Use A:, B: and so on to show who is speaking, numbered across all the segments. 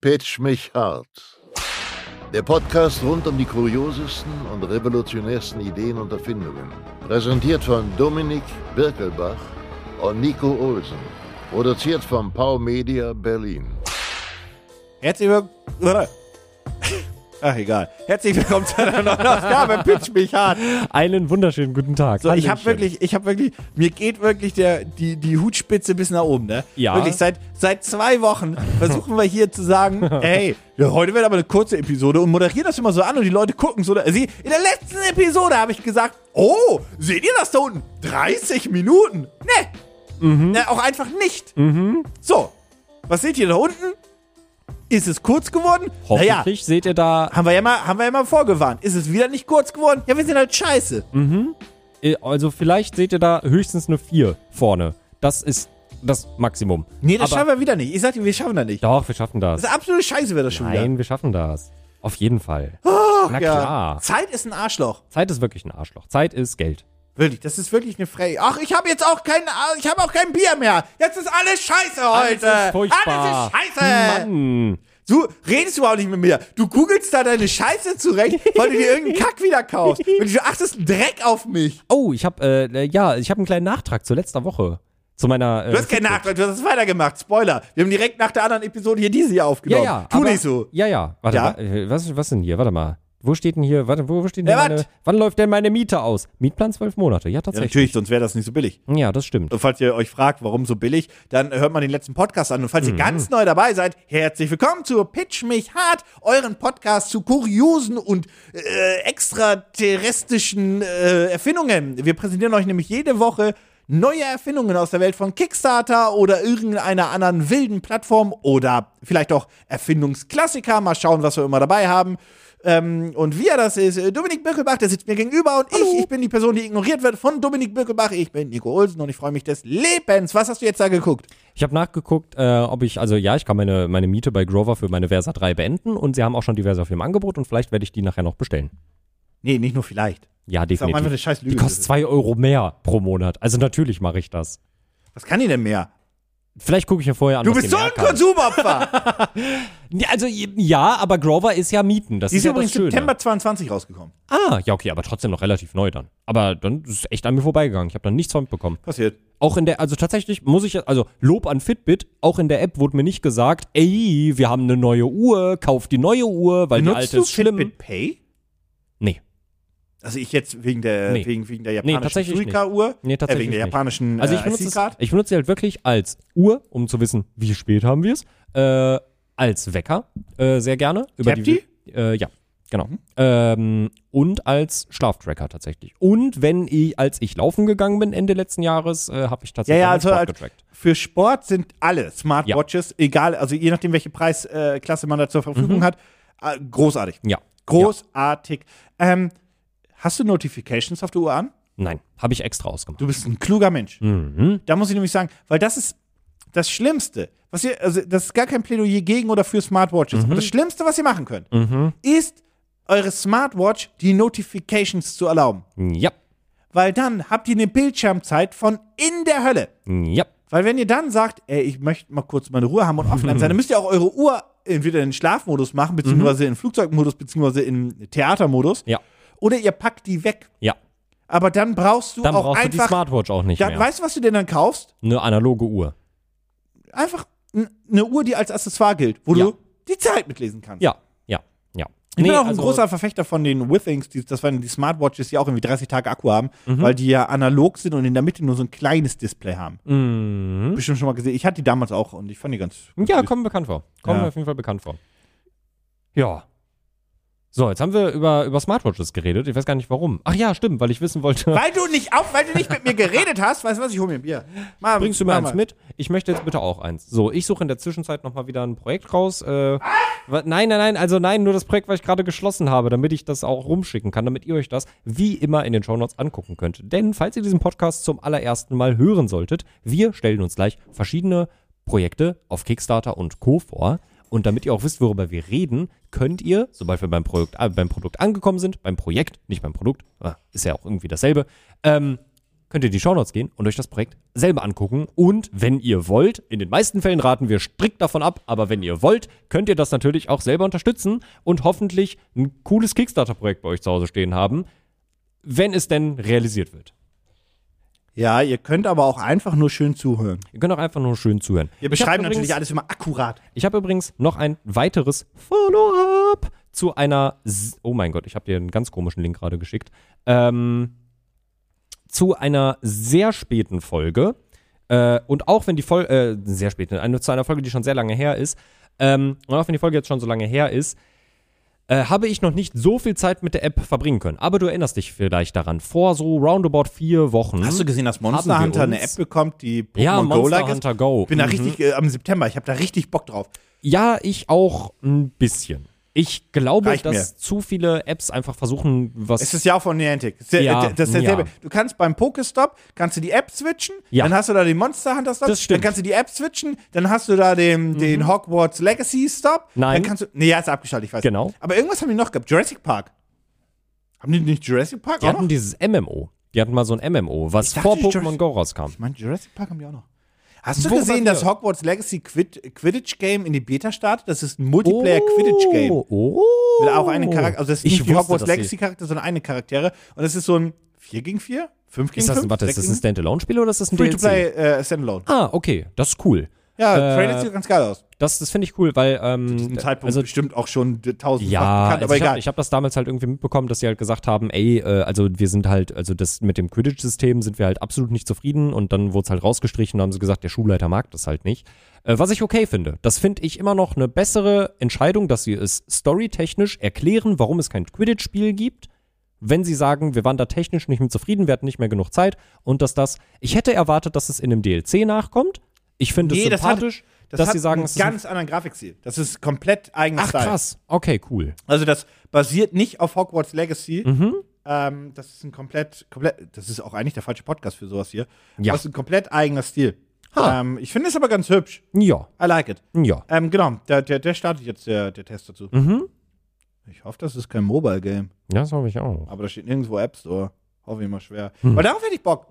A: Pitch mich hart. Der Podcast rund um die kuriosesten und revolutionärsten Ideen und Erfindungen. Präsentiert von Dominik Birkelbach und Nico Olsen. Produziert von Pau Media Berlin.
B: Herzlich willkommen. Ach, egal. Herzlich willkommen zu einer neuen Ausgabe. Pitch mich hart.
C: Einen wunderschönen guten Tag.
B: So, ich
C: Hallöchen.
B: habe wirklich, ich habe wirklich, mir geht wirklich der, die, die Hutspitze bis nach oben, ne?
C: Ja.
B: Wirklich, seit, seit zwei Wochen versuchen wir hier zu sagen, ey, ja, heute wird aber eine kurze Episode und moderieren das immer so an und die Leute gucken so. da- Sie, in der letzten Episode habe ich gesagt, oh, seht ihr das da unten? 30 Minuten? Ne.
C: Mhm.
B: Ne, auch einfach nicht. So, was seht ihr da unten? Ist es kurz geworden?
C: Hoffentlich
B: Naja,
C: seht ihr da
B: haben wir ja mal, haben wir ja mal vorgewarnt. Ist es wieder nicht kurz geworden? Ja, wir sind halt scheiße.
C: Äh, Also vielleicht seht ihr da höchstens eine 4 vorne. Das ist das Maximum.
B: Nee, das
C: Aber-
B: schaffen wir wieder nicht. Ich sag dir, wir schaffen das nicht.
C: Doch, wir schaffen das.
B: Das ist absolute Scheiße, wäre das schon wieder.
C: Nein, wir schaffen das. Auf jeden Fall. Na
B: Ja.
C: klar.
B: Zeit ist ein Arschloch.
C: Zeit ist wirklich ein Arschloch. Zeit ist Geld.
B: Wirklich, das ist wirklich eine Frey. Ach, ich habe jetzt auch kein, Ar- ich habe auch kein Bier mehr. Jetzt ist alles scheiße
C: Alles
B: heute.
C: ist furchtbar.
B: Alles ist scheiße.
C: Mann.
B: Du redest überhaupt nicht mit mir. Du googelst da deine Scheiße zurecht, weil du dir irgendeinen Kack wieder kaufst. Und du achtest einen Dreck auf mich.
C: Oh, ich habe äh, ja, ich habe einen kleinen Nachtrag zu letzter Woche zu meiner. Äh,
B: Du hast keinen Nachtrag, du hast es weitergemacht. Spoiler. Wir haben direkt nach der anderen Episode hier diese hier
C: Ja,
B: aufgenommen.
C: ja.
B: tu
C: aber-
B: nicht so.
C: Ja, ja. Warte,
B: Ja?
C: wa- äh, was, was denn hier? Warte mal. Wo steht denn hier? Warte, wo, wo steht denn
B: Ja,
C: hier meine,
B: wat?
C: Wann läuft denn meine Miete aus? Mietplan zwölf Monate. Ja, tatsächlich.
B: natürlich, sonst wäre das nicht so billig.
C: Ja, das stimmt.
B: Und falls ihr euch fragt, warum so billig, dann hört man den letzten Podcast an. Und falls ihr ganz neu dabei seid, herzlich willkommen zu Pitch mich hart, euren Podcast zu kuriosen und äh, extraterrestrischen äh, Erfindungen. Wir präsentieren euch nämlich jede Woche neue Erfindungen aus der Welt von Kickstarter oder irgendeiner anderen wilden Plattform oder vielleicht auch Erfindungsklassiker. Mal schauen, was wir immer dabei haben. Ähm, und wir, das ist äh, Dominik Birkelbach, der sitzt mir gegenüber und ich, ich bin die Person, die ignoriert wird von Dominik Birkelbach. Ich bin Nico Olsen und ich freue mich des Lebens. Was hast du jetzt da geguckt?
C: Ich habe nachgeguckt, äh, ob ich, also ja, ich kann meine, meine Miete bei Grover für meine Versa 3 beenden und sie haben auch schon die Versa 4 im Angebot und vielleicht werde ich die nachher noch bestellen.
B: Nee, nicht nur vielleicht.
C: Ja,
B: Ist auch einfach
C: definitiv.
B: eine scheiß
C: Die
B: Lüge.
C: kostet 2 Euro mehr pro Monat. Also natürlich mache ich das.
B: Was kann die denn mehr?
C: Vielleicht gucke ich mir vorher an,
B: Du
C: was
B: bist
C: die
B: so
C: mehr
B: ein
C: kann.
B: Konsumopfer!
C: Ja, Also ja, aber Grover ist ja Mieten. Das
B: die ist
C: ist ja
B: übrigens
C: das Schöne.
B: September 22 rausgekommen.
C: Ah, ja, okay, aber trotzdem noch relativ neu dann. Aber dann ist es echt an mir vorbeigegangen. Ich habe dann nichts von mitbekommen.
B: Passiert.
C: Auch in der, also tatsächlich muss ich, also Lob an Fitbit, auch in der App wurde mir nicht gesagt, ey, wir haben eine neue Uhr, kauf die neue Uhr, weil die alte ist schlimm.
B: Fitbit Pay?
C: Nee.
B: Also ich jetzt wegen der,
C: Nee.
B: wegen, wegen der
C: Nee,
B: japanischen
C: tatsächlich nicht.
B: Suica-Uhr?
C: Nee,
B: äh,
C: tatsächlich
B: wegen der
C: nicht.
B: japanischen
C: Also ich
B: äh,
C: benutze, es,
B: IC-Card?
C: ich benutze sie halt wirklich als Uhr, um zu wissen, wie spät haben wir es, äh, als Wecker äh, sehr gerne. Über
B: Tappt
C: Äh, ja, genau.
B: Mhm.
C: Ähm, und als Schlaftracker tatsächlich. Und wenn ich, als ich laufen gegangen bin Ende letzten Jahres, äh, habe ich
B: Ja,
C: tatsächlich
B: ja,
C: meinen
B: also
C: Sport
B: als,
C: getrackt.
B: für Sport sind alle Smartwatches, egal, also je nachdem, welche Preisklasse äh, Klasse man da zur
C: Mhm.
B: Verfügung hat, äh, großartig.
C: Ja.
B: Großartig. Ähm, hast du Notifications auf der Uhr an?
C: Nein, habe ich extra ausgemacht.
B: Du bist ein kluger Mensch. Da muss ich nämlich sagen, weil das ist das Schlimmste, was ihr, also das ist gar kein Plädoyer gegen oder für Smartwatches. Aber das Schlimmste, was ihr machen könnt, ist, eure Smartwatch die Notifications zu erlauben.
C: Ja,
B: Weil dann habt ihr eine Bildschirmzeit von in der Hölle.
C: ja.
B: Weil wenn ihr dann sagt, ey, ich möchte mal kurz meine Ruhe haben und offline sein, dann müsst ihr auch eure Uhr entweder in Schlafmodus machen, beziehungsweise in Flugzeugmodus, beziehungsweise in Theatermodus.
C: Ja.
B: Oder ihr packt die weg.
C: Ja,
B: Aber dann brauchst du
C: dann
B: auch
C: brauchst du die
B: einfach.
C: Smartwatch auch nicht
B: dann,
C: mehr.
B: Weißt du, was du denn dann kaufst?
C: Eine analoge Uhr.
B: Einfach n- eine Uhr, die als Accessoire gilt, wo
C: Ja.
B: du die Zeit mitlesen kannst.
C: Ja, ja, ja.
B: Ich
C: Nee,
B: bin auch ein
C: also-
B: großer Verfechter von den Withings, die, das waren die Smartwatches, die auch irgendwie 30 Tage Akku haben,
C: Mhm.
B: weil die ja analog sind und in der Mitte nur so ein kleines Display haben.
C: Mhm.
B: Bestimmt schon mal gesehen. Ich hatte die damals auch und ich fand die ganz.
C: Ja, kommen bekannt vor. Kommen
B: Ja.
C: auf jeden Fall bekannt vor. Ja. So, jetzt haben wir über, über Smartwatches geredet. Ich weiß gar nicht warum. Ach ja, stimmt, weil ich wissen wollte.
B: Weil du nicht auf, weil du nicht mit mir geredet hast, weißt du was, ich hol mir ein Bier. Mal,
C: Bringst du mir
B: mach
C: eins
B: mal.
C: mit? Ich möchte jetzt bitte auch eins. So, ich suche in der Zwischenzeit nochmal wieder ein Projekt raus. Äh, wa- nein, nein, nein, also nein, nur das Projekt, was ich gerade geschlossen habe, damit ich das auch rumschicken kann, damit ihr euch das wie immer in den Shownotes angucken könnt. Denn falls ihr diesen Podcast zum allerersten Mal hören solltet, wir stellen uns gleich verschiedene Projekte auf Kickstarter und Co. vor. Und damit ihr auch wisst, worüber wir reden, könnt ihr, sobald wir beim Produkt, äh, beim Produkt angekommen sind, beim Projekt, nicht beim Produkt, ah, ist ja auch irgendwie dasselbe, ähm, könnt ihr in die Shownotes gehen und euch das Projekt selber angucken. Und wenn ihr wollt, in den meisten Fällen raten wir strikt davon ab, aber wenn ihr wollt, könnt ihr das natürlich auch selber unterstützen und hoffentlich ein cooles Kickstarter-Projekt bei euch zu Hause stehen haben, wenn es denn realisiert wird.
B: Ja, ihr könnt aber auch einfach nur schön zuhören.
C: Ihr könnt auch einfach nur schön zuhören.
B: Wir
C: Ich hab
B: beschreiben
C: übrigens-
B: natürlich alles immer akkurat.
C: Ich habe übrigens noch ein weiteres Follow-up zu einer. S oh mein Gott, ich habe dir einen ganz komischen Link gerade geschickt. Ähm, zu einer sehr späten Folge. Äh, und auch wenn die Folge. Äh, sehr spät, eine, zu einer Folge, die schon sehr lange her ist. Ähm, und auch wenn die Folge jetzt schon so lange her ist. Äh, habe ich noch nicht so viel Zeit mit der App verbringen können. Aber du erinnerst dich vielleicht daran. Vor so roundabout vier Wochen.
B: Hast du gesehen, dass Monster
C: Haben Hm? wir
B: Hunter eine
C: uns-
B: App bekommt, die Pokémon
C: ja, Monster
B: Go-like ist?
C: Hunter Go. Mhm.
B: Ich bin da richtig äh, am September, ich habe da richtig Bock drauf.
C: Ja, ich auch ein bisschen. Ich glaube,
B: Reicht
C: dass
B: mir.
C: zu viele Apps einfach versuchen, was.
B: Es ist ja auch von Niantic. Ist der-
C: Ja,
B: äh, das ist derselbe.
C: ja.
B: Du kannst beim Pokestop, kannst du die App switchen,
C: Ja.
B: dann hast du da den Monster Hunter Stop,
C: Das stimmt. Mhm.
B: dann kannst du die App switchen, dann hast du da den, den Hogwarts Legacy Stop.
C: Nein.
B: Dann kannst du, nee, ja, ist abgeschaltet, ich weiß.
C: Genau.
B: Aber irgendwas haben die noch gehabt. Jurassic Park. Haben die nicht Jurassic Park
C: die
B: auch noch?
C: hatten dieses MMO. Die hatten mal so ein MMO, was
B: dachte,
C: vor
B: die
C: Pokémon
B: Jurassic-
C: Go rauskam.
B: Ich meine, Jurassic Park haben die auch noch. Hast du
C: Worüber
B: gesehen,
C: wir-
B: dass Hogwarts Legacy Quid Quidditch Game in die Beta startet? Das ist ein Multiplayer Quidditch Game.
C: Oh.
B: Mit auch einen Charakter, also das ist
C: ich
B: nicht die
C: wusste,
B: Hogwarts
C: dass die-
B: Legacy Charakter, sondern eine Charaktere. Und das ist so ein 4 gegen 4? 5 gegen
C: Ist das,
B: 5?
C: ein- warte, ist das ein Standalone-Spiel oder ist das ein DLC?
B: Free-to-play äh, Standalone.
C: Ah, okay, das ist cool. Äh,
B: Ja, Trailer sieht ganz geil aus.
C: Das, das finde ich cool, weil. Ähm,
B: Zum Zeitpunkt
C: also,
B: bestimmt auch schon tausend
C: Ja,
B: bekannt,
C: also
B: aber
C: ich
B: egal.
C: habe hab das damals halt irgendwie mitbekommen, dass sie halt gesagt haben, ey, äh, also wir sind halt, also das mit dem Quidditch-System sind wir halt absolut nicht zufrieden und dann wurde es halt rausgestrichen und haben sie gesagt, der Schulleiter mag das halt nicht. Äh, was ich okay finde. Das finde ich immer noch eine bessere Entscheidung, dass sie es storytechnisch erklären, warum es kein Quidditch-Spiel gibt, wenn sie sagen, wir waren da technisch nicht mit zufrieden, wir hatten nicht mehr genug Zeit und dass das, ich hätte erwartet, dass es in dem DLC nachkommt. Ich finde es
B: Nee, das hat-
C: sympathisch, dass
B: hat
C: sie sagen,
B: einen
C: es ist ein-
B: ganz anderen Grafikstil. Das ist komplett eigenes
C: Ach
B: Style.
C: krass, okay, cool.
B: Also das basiert nicht auf Hogwarts Legacy.
C: Mhm.
B: Ähm, das ist ein komplett, komplett, das ist auch eigentlich der falsche Podcast für sowas hier.
C: Ja.
B: Das ist ein komplett eigener Stil.
C: Ha.
B: Ähm, ich finde es aber ganz hübsch.
C: Ja,
B: I like it.
C: ja.
B: Ähm, genau, der, der, der startet jetzt der, der Test dazu.
C: Mhm.
B: Ich hoffe, das ist kein Mobile-Game.
C: Ja, das habe ich auch.
B: Aber da steht nirgendwo App Store. Hoffe ich mal schwer.
C: Mhm.
B: Weil darauf hätte ich Bock.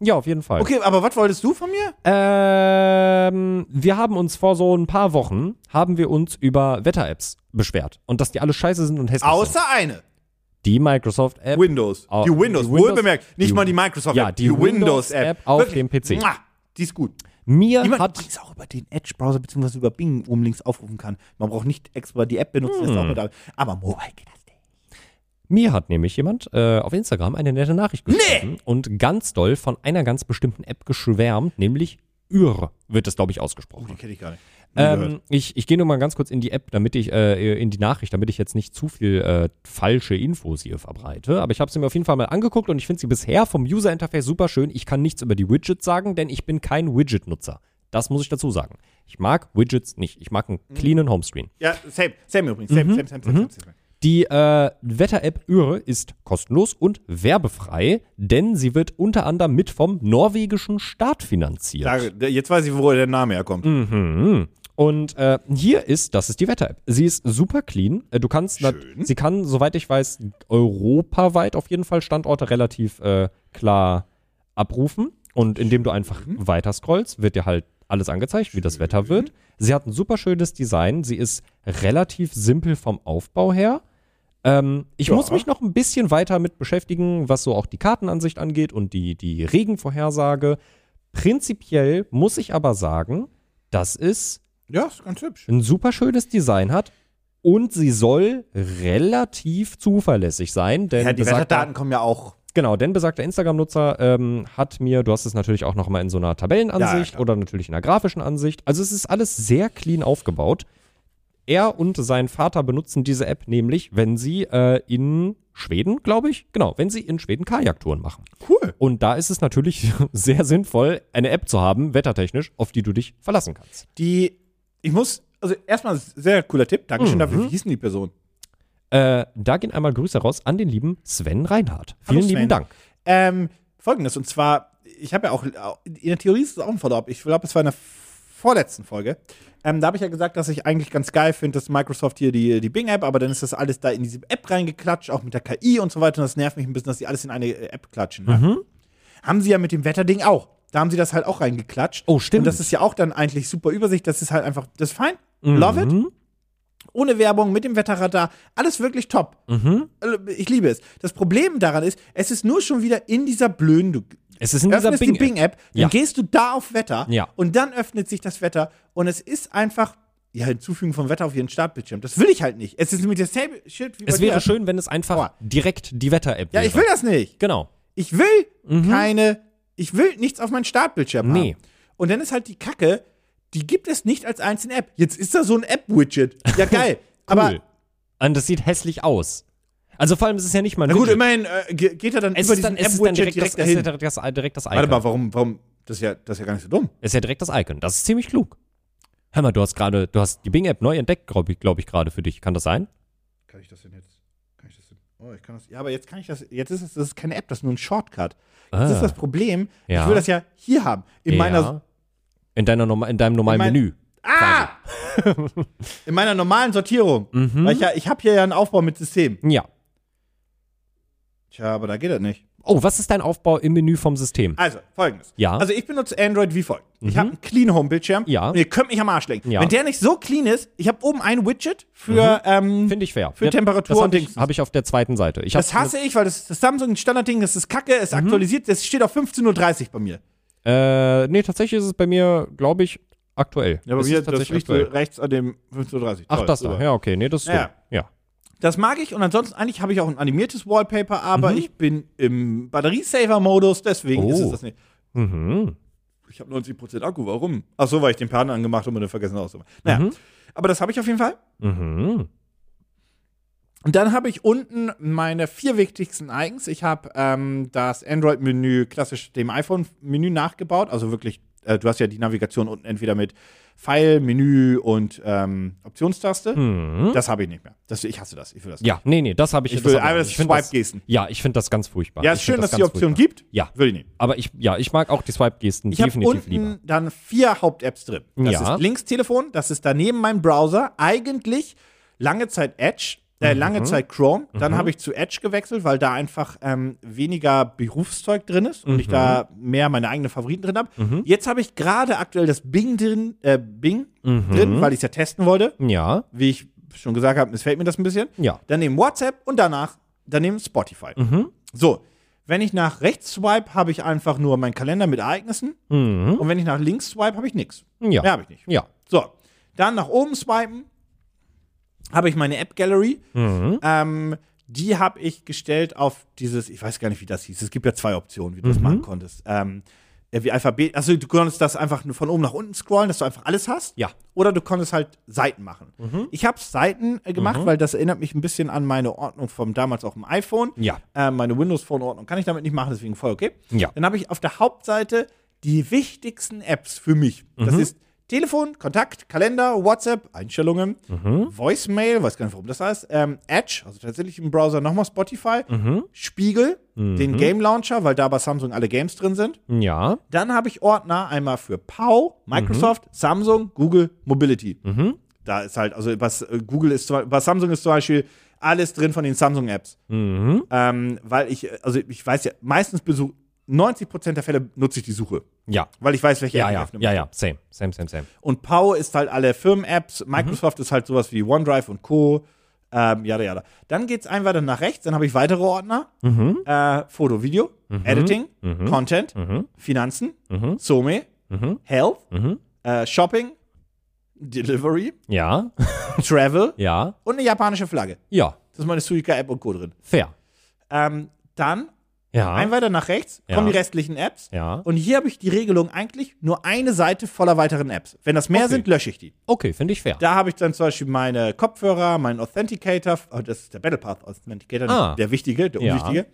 C: Ja, auf jeden Fall.
B: Okay, aber was wolltest du von mir?
C: Ähm, wir haben uns vor so ein paar Wochen, haben wir uns über Wetter-Apps beschwert. Und dass die alle scheiße sind und hässlich sind.
B: Außer eine.
C: Die Microsoft-App.
B: Windows.
C: Au-
B: die Windows.
C: Oh, die Windows-
B: Wohlbemerkt. Nicht
C: die-
B: mal die Microsoft.
C: Ja, die Windows-App auf dem PC.
B: Mwah, die ist gut.
C: Mir
B: Die man
C: hat
B: übrigens auch über den Edge-Browser bzw. über Bing oben links aufrufen kann. Man braucht nicht extra die App benutzen. Das ist auch
C: Mhm.
B: mit, dabei. aber Mobile geht das nicht.
C: Mir hat nämlich jemand äh, auf Instagram eine nette Nachricht geschrieben und ganz doll von einer ganz bestimmten App geschwärmt, nämlich Ür wird das, glaube ich, ausgesprochen.
B: kenne ich gar nicht.
C: Ähm, ich ich gehe nur mal ganz kurz in die App, damit ich äh, in die Nachricht, damit ich jetzt nicht zu viel äh, falsche Infos hier verbreite. Aber ich habe sie mir auf jeden Fall mal angeguckt und ich finde sie bisher vom User Interface super schön. Ich kann nichts über die Widgets sagen, denn ich bin kein Widget-Nutzer. Das muss ich dazu sagen. Ich mag Widgets nicht. Ich mag einen cleanen Homescreen.
B: ja, same. Same übrigens.
C: mhm.
B: Same, same, same, same, same, same.
C: Die äh, Wetter-App Öre ist kostenlos und werbefrei, denn sie wird unter anderem mit vom norwegischen Staat finanziert.
B: Da, jetzt weiß ich, wo der Name herkommt.
C: Mhm. Und äh, hier ist, das ist die Wetter-App. Sie ist super clean. Äh, Du kannst, na, sie kann, soweit ich weiß, europaweit auf jeden Fall Standorte relativ äh, klar abrufen. Und indem du einfach weiter scrollst, wird dir halt alles angezeigt, wie das Wetter wird. Sie hat ein super schönes Design. Sie ist relativ simpel vom Aufbau her. Ähm, ich
B: Ja.
C: muss mich noch ein bisschen weiter mit beschäftigen, was so auch die Kartenansicht angeht und die, die Regenvorhersage. Prinzipiell muss ich aber sagen, dass es
B: Ja, ist ganz hübsch.
C: ein super schönes Design hat und sie soll relativ zuverlässig sein, denn
B: Ja, die
C: besagter,
B: Wetterdaten kommen ja auch.
C: genau, denn besagter Instagram-Nutzer ähm, hat mir, du hast es natürlich auch noch mal in so einer
B: Ja, ja,
C: Tabellenansicht
B: klar.
C: oder natürlich in einer grafischen Ansicht. Also es ist alles sehr clean aufgebaut. Er und sein Vater benutzen diese App nämlich, wenn sie äh, in Schweden, glaube ich, genau, wenn sie in Schweden Kajaktouren machen.
B: Cool.
C: Und da ist es natürlich sehr sinnvoll, eine App zu haben, wettertechnisch, auf die du dich verlassen kannst.
B: Die, ich muss, also erstmal sehr cooler Tipp. Dankeschön dafür. Wie hieß denn die Person?
C: Äh, da gehen einmal Grüße raus an den lieben Sven Reinhardt. Vielen
B: Sven.
C: lieben Dank.
B: Ähm, Folgendes, und zwar, ich habe ja auch, in der Theorie ist es auch ein Follow-up. Ich glaube, es war in der vorletzten Folge. Ähm, da habe ich ja gesagt, dass ich eigentlich ganz geil finde, dass Microsoft hier die, die Bing-App, aber dann ist das alles da in
C: Mhm.
B: diese App reingeklatscht, auch mit der KI und so weiter. Und das nervt mich ein bisschen, dass die alles in eine äh, App klatschen. Ne? Haben sie ja mit dem Wetterding auch. Da haben sie das halt auch reingeklatscht.
C: Oh, stimmt.
B: Und das ist ja auch dann eigentlich super Übersicht. Das ist halt einfach, das ist fein. Love it.
C: Mhm.
B: Ohne Werbung, mit dem Wetterradar. Alles wirklich top.
C: Mhm.
B: Also, Ich liebe es. Das Problem daran ist, es ist nur schon wieder in dieser blöden. Du
C: Es ist in dieser
B: öffnest
C: Bing.
B: die Bing-App, dann
C: Ja.
B: gehst du da auf Wetter
C: Ja.
B: und dann öffnet sich das Wetter und es ist einfach. Ja, hinzufügen vom Wetter auf ihren Startbildschirm. Das will ich halt nicht. Es ist mit derselbe Shit wie bei
C: Es wäre
B: dir.
C: schön, wenn es einfach
B: Aua.
C: direkt die Wetter-App
B: Ja,
C: wäre.
B: ich will das nicht.
C: Genau.
B: Ich will keine, ich will nichts auf meinen Startbildschirm
C: Mhm. Nee.
B: haben. Und dann ist halt die Kacke, die gibt es nicht als einzelne App. Jetzt ist da so ein App-Widget. Ja, geil. Aber,
C: Cool. Und das sieht hässlich aus. Also vor allem, es ist ja nicht mal ein
B: na gut,
C: Widget.
B: immerhin äh, ge- geht er dann
C: es
B: über
C: ist
B: diesen
C: dann, es ist dann
B: App-Widget
C: direkt,
B: direkt
C: das, es
B: dahin.
C: ist ja direkt das, äh, direkt das Icon.
B: Warte mal, warum, warum, das ist ja, das ist ja gar nicht so dumm.
C: Es ist ja direkt das Icon. Das ist ziemlich klug. Hör mal, du hast gerade, du hast die Bing-App neu entdeckt, glaube ich, glaub ich gerade für dich. Kann das sein?
B: Kann ich das denn jetzt? Kann ich das denn? Oh, ich kann das. Ja, aber jetzt kann ich das. Jetzt ist es das ist keine App, das ist nur ein Shortcut. Das
C: Ah.
B: ist das Problem.
C: Ja.
B: Ich will das ja hier haben. In meiner.
C: ja. in, deiner, norma- in deinem normalen
B: In mein-
C: Menü.
B: Ah! In meiner normalen Sortierung.
C: Mhm.
B: Weil ich ja, ich habe hier ja einen Aufbau mit System.
C: Ja.
B: Tja, aber da geht das nicht.
C: Oh, was ist dein Aufbau im Menü vom System?
B: Also, folgendes.
C: Ja. Mhm.
B: Also, ich benutze Android wie folgt. Ich habe einen Clean Home Bildschirm.
C: Ja.
B: Und ihr könnt mich am Arsch lenken.
C: Ja.
B: Wenn der nicht so clean ist, ich habe oben ein Widget für, ähm,
C: Finde ich fair.
B: für Temperatur
C: das
B: und
C: habe ich,
B: Dings.
C: hab ich auf der zweiten Seite. Ich hab- Mhm.
B: Das hasse ich, weil das, das Samsung Standardding, das ist kacke, es aktualisiert, das steht auf 15.30 Uhr bei mir.
C: Äh, nee, tatsächlich ist es bei mir, glaube ich, aktuell.
B: Ja, aber
C: es
B: wir,
C: ist
B: das
C: tatsächlich
B: liegt so
C: aktuell.
B: rechts an dem 15.30 Uhr.
C: Ach, das da.
B: super.
C: Ja, okay. Nee, das ist
B: Ja.
C: ja. ja.
B: Das mag ich und ansonsten eigentlich habe ich auch ein animiertes Wallpaper, aber ich bin im Batteriesaver-Modus, deswegen
C: Mhm. Oh.
B: ist es das nicht.
C: Mhm.
B: Ich habe 90% Akku, warum? Ach so, weil ich den Partner angemacht habe und dann vergessen auszumachen. Naja, aber das habe ich auf jeden Fall.
C: Mhm.
B: Und dann habe ich unten meine vier wichtigsten Icons. Ich habe ähm, das Android-Menü klassisch dem iPhone-Menü nachgebaut. Also wirklich, äh, du hast ja die Navigation unten entweder mit Pfeil, Menü und ähm, Optionstaste.
C: Mhm.
B: Das habe ich nicht mehr. Das, ich hasse das. Ich will das.
C: Ja, nee, nee, das habe ich
B: Ich will
C: das hab
B: einmal
C: ich-
B: das
C: ich find das-
B: Swipe-Gesten.
C: Ja, ich finde das ganz furchtbar.
B: nicht. ja
C: Ich
B: ist
C: find
B: schön, dass
C: das
B: es die
C: ganz
B: Option
C: furchtbar.
B: gibt.
C: Ja.
B: Will ich nicht.
C: Aber ich, ja, ich mag auch die Swipe-Gesten
B: Ich habe
C: definitiv
B: unten
C: lieber.
B: dann vier Haupt-Apps drin. Das
C: Ja.
B: ist links Telefon, das ist daneben mein Browser, eigentlich lange Zeit Edge, äh,
C: Mhm.
B: lange Zeit Chrome. Dann habe ich zu Edge gewechselt, weil da einfach ähm, weniger Berufszeug drin ist und ich da
C: Mhm.
B: mehr meine eigenen Favoriten drin habe. Jetzt habe ich gerade aktuell das Bing drin, äh, Bing
C: Mhm.
B: drin, weil ich es ja testen wollte.
C: Ja,
B: Wie ich schon gesagt habe, missfällt mir das ein bisschen.
C: Ja. Mhm.
B: Daneben WhatsApp und danach daneben Spotify. So. Wenn ich nach rechts swipe, habe ich einfach nur meinen Kalender mit Ereignissen. Und wenn ich nach links swipe, habe ich nichts.
C: Mhm. Ja.
B: Mehr habe ich nicht.
C: ja.
B: So, dann nach oben swipen, habe ich meine App Gallery.
C: Mhm.
B: Ähm, die habe ich gestellt auf dieses, ich weiß gar nicht, wie das hieß. Es gibt ja zwei Optionen, wie du
C: Mhm.
B: das machen konntest. Ähm, ja, wie Alphabet, also du konntest das einfach nur von oben nach unten scrollen, dass du einfach alles hast.
C: Ja.
B: Oder du konntest halt Seiten machen.
C: Mhm.
B: Ich habe Seiten äh, gemacht, weil das erinnert mich ein bisschen an meine Ordnung vom damals auch im iPhone.
C: Ja.
B: Äh, meine Windows Phone Ordnung kann ich damit nicht machen, deswegen voll okay.
C: Ja.
B: Dann habe ich auf der Hauptseite die wichtigsten Apps für mich. Das
C: Mhm.
B: ist Telefon, Kontakt, Kalender, WhatsApp, Einstellungen,
C: Mhm.
B: Voicemail, weiß gar nicht, warum das heißt, ähm, Edge, also tatsächlich im Browser nochmal Spotify,
C: Mhm.
B: Spiegel, den Game Launcher, weil da bei Samsung alle Games drin sind.
C: Ja.
B: Dann habe ich Ordner einmal für Pau, Microsoft,
C: Mhm.
B: Samsung, Google, Mobility. Da ist halt, also was äh, Google ist, zum- bei Samsung ist zum Beispiel alles drin von den Samsung-Apps.
C: Mhm.
B: Ähm, weil ich, äh, also ich weiß ja, meistens besuche 90% der Fälle nutze ich die Suche.
C: Ja.
B: Weil ich weiß, welche
C: Ja,
B: App ich
C: ja,
B: öffnen
C: ja,
B: muss.
C: ja, same, same, same, same.
B: Und Pau ist halt alle Firmen-Apps,
C: Mhm.
B: Microsoft ist halt sowas wie OneDrive und Co. Ähm, jada, jada. Dann geht's ein weiter nach rechts, dann habe ich weitere Ordner.
C: Mhm.
B: Äh, Foto, Video, Editing, Content,
C: Mhm.
B: Finanzen, Some, Health, äh, Shopping, Delivery,
C: Ja,
B: Travel
C: ja,
B: und eine japanische Flagge.
C: ja,
B: Das ist meine Suica-App und Co. drin.
C: fair.
B: Ähm, dann
C: Ja,
B: ein weiter nach rechts
C: Ah. Ja.
B: kommen die restlichen Apps.
C: ja.
B: Und hier habe ich die Regelung eigentlich nur eine Seite voller weiteren Apps. Wenn das mehr
C: Okay.
B: sind, lösche ich die.
C: Okay, finde ich fair.
B: Da habe ich dann zum Beispiel meine Kopfhörer, meinen Authenticator, oh, das ist der Battlepath Authenticator, nicht
C: Ah.
B: der wichtige, der
C: Ja.
B: unwichtige.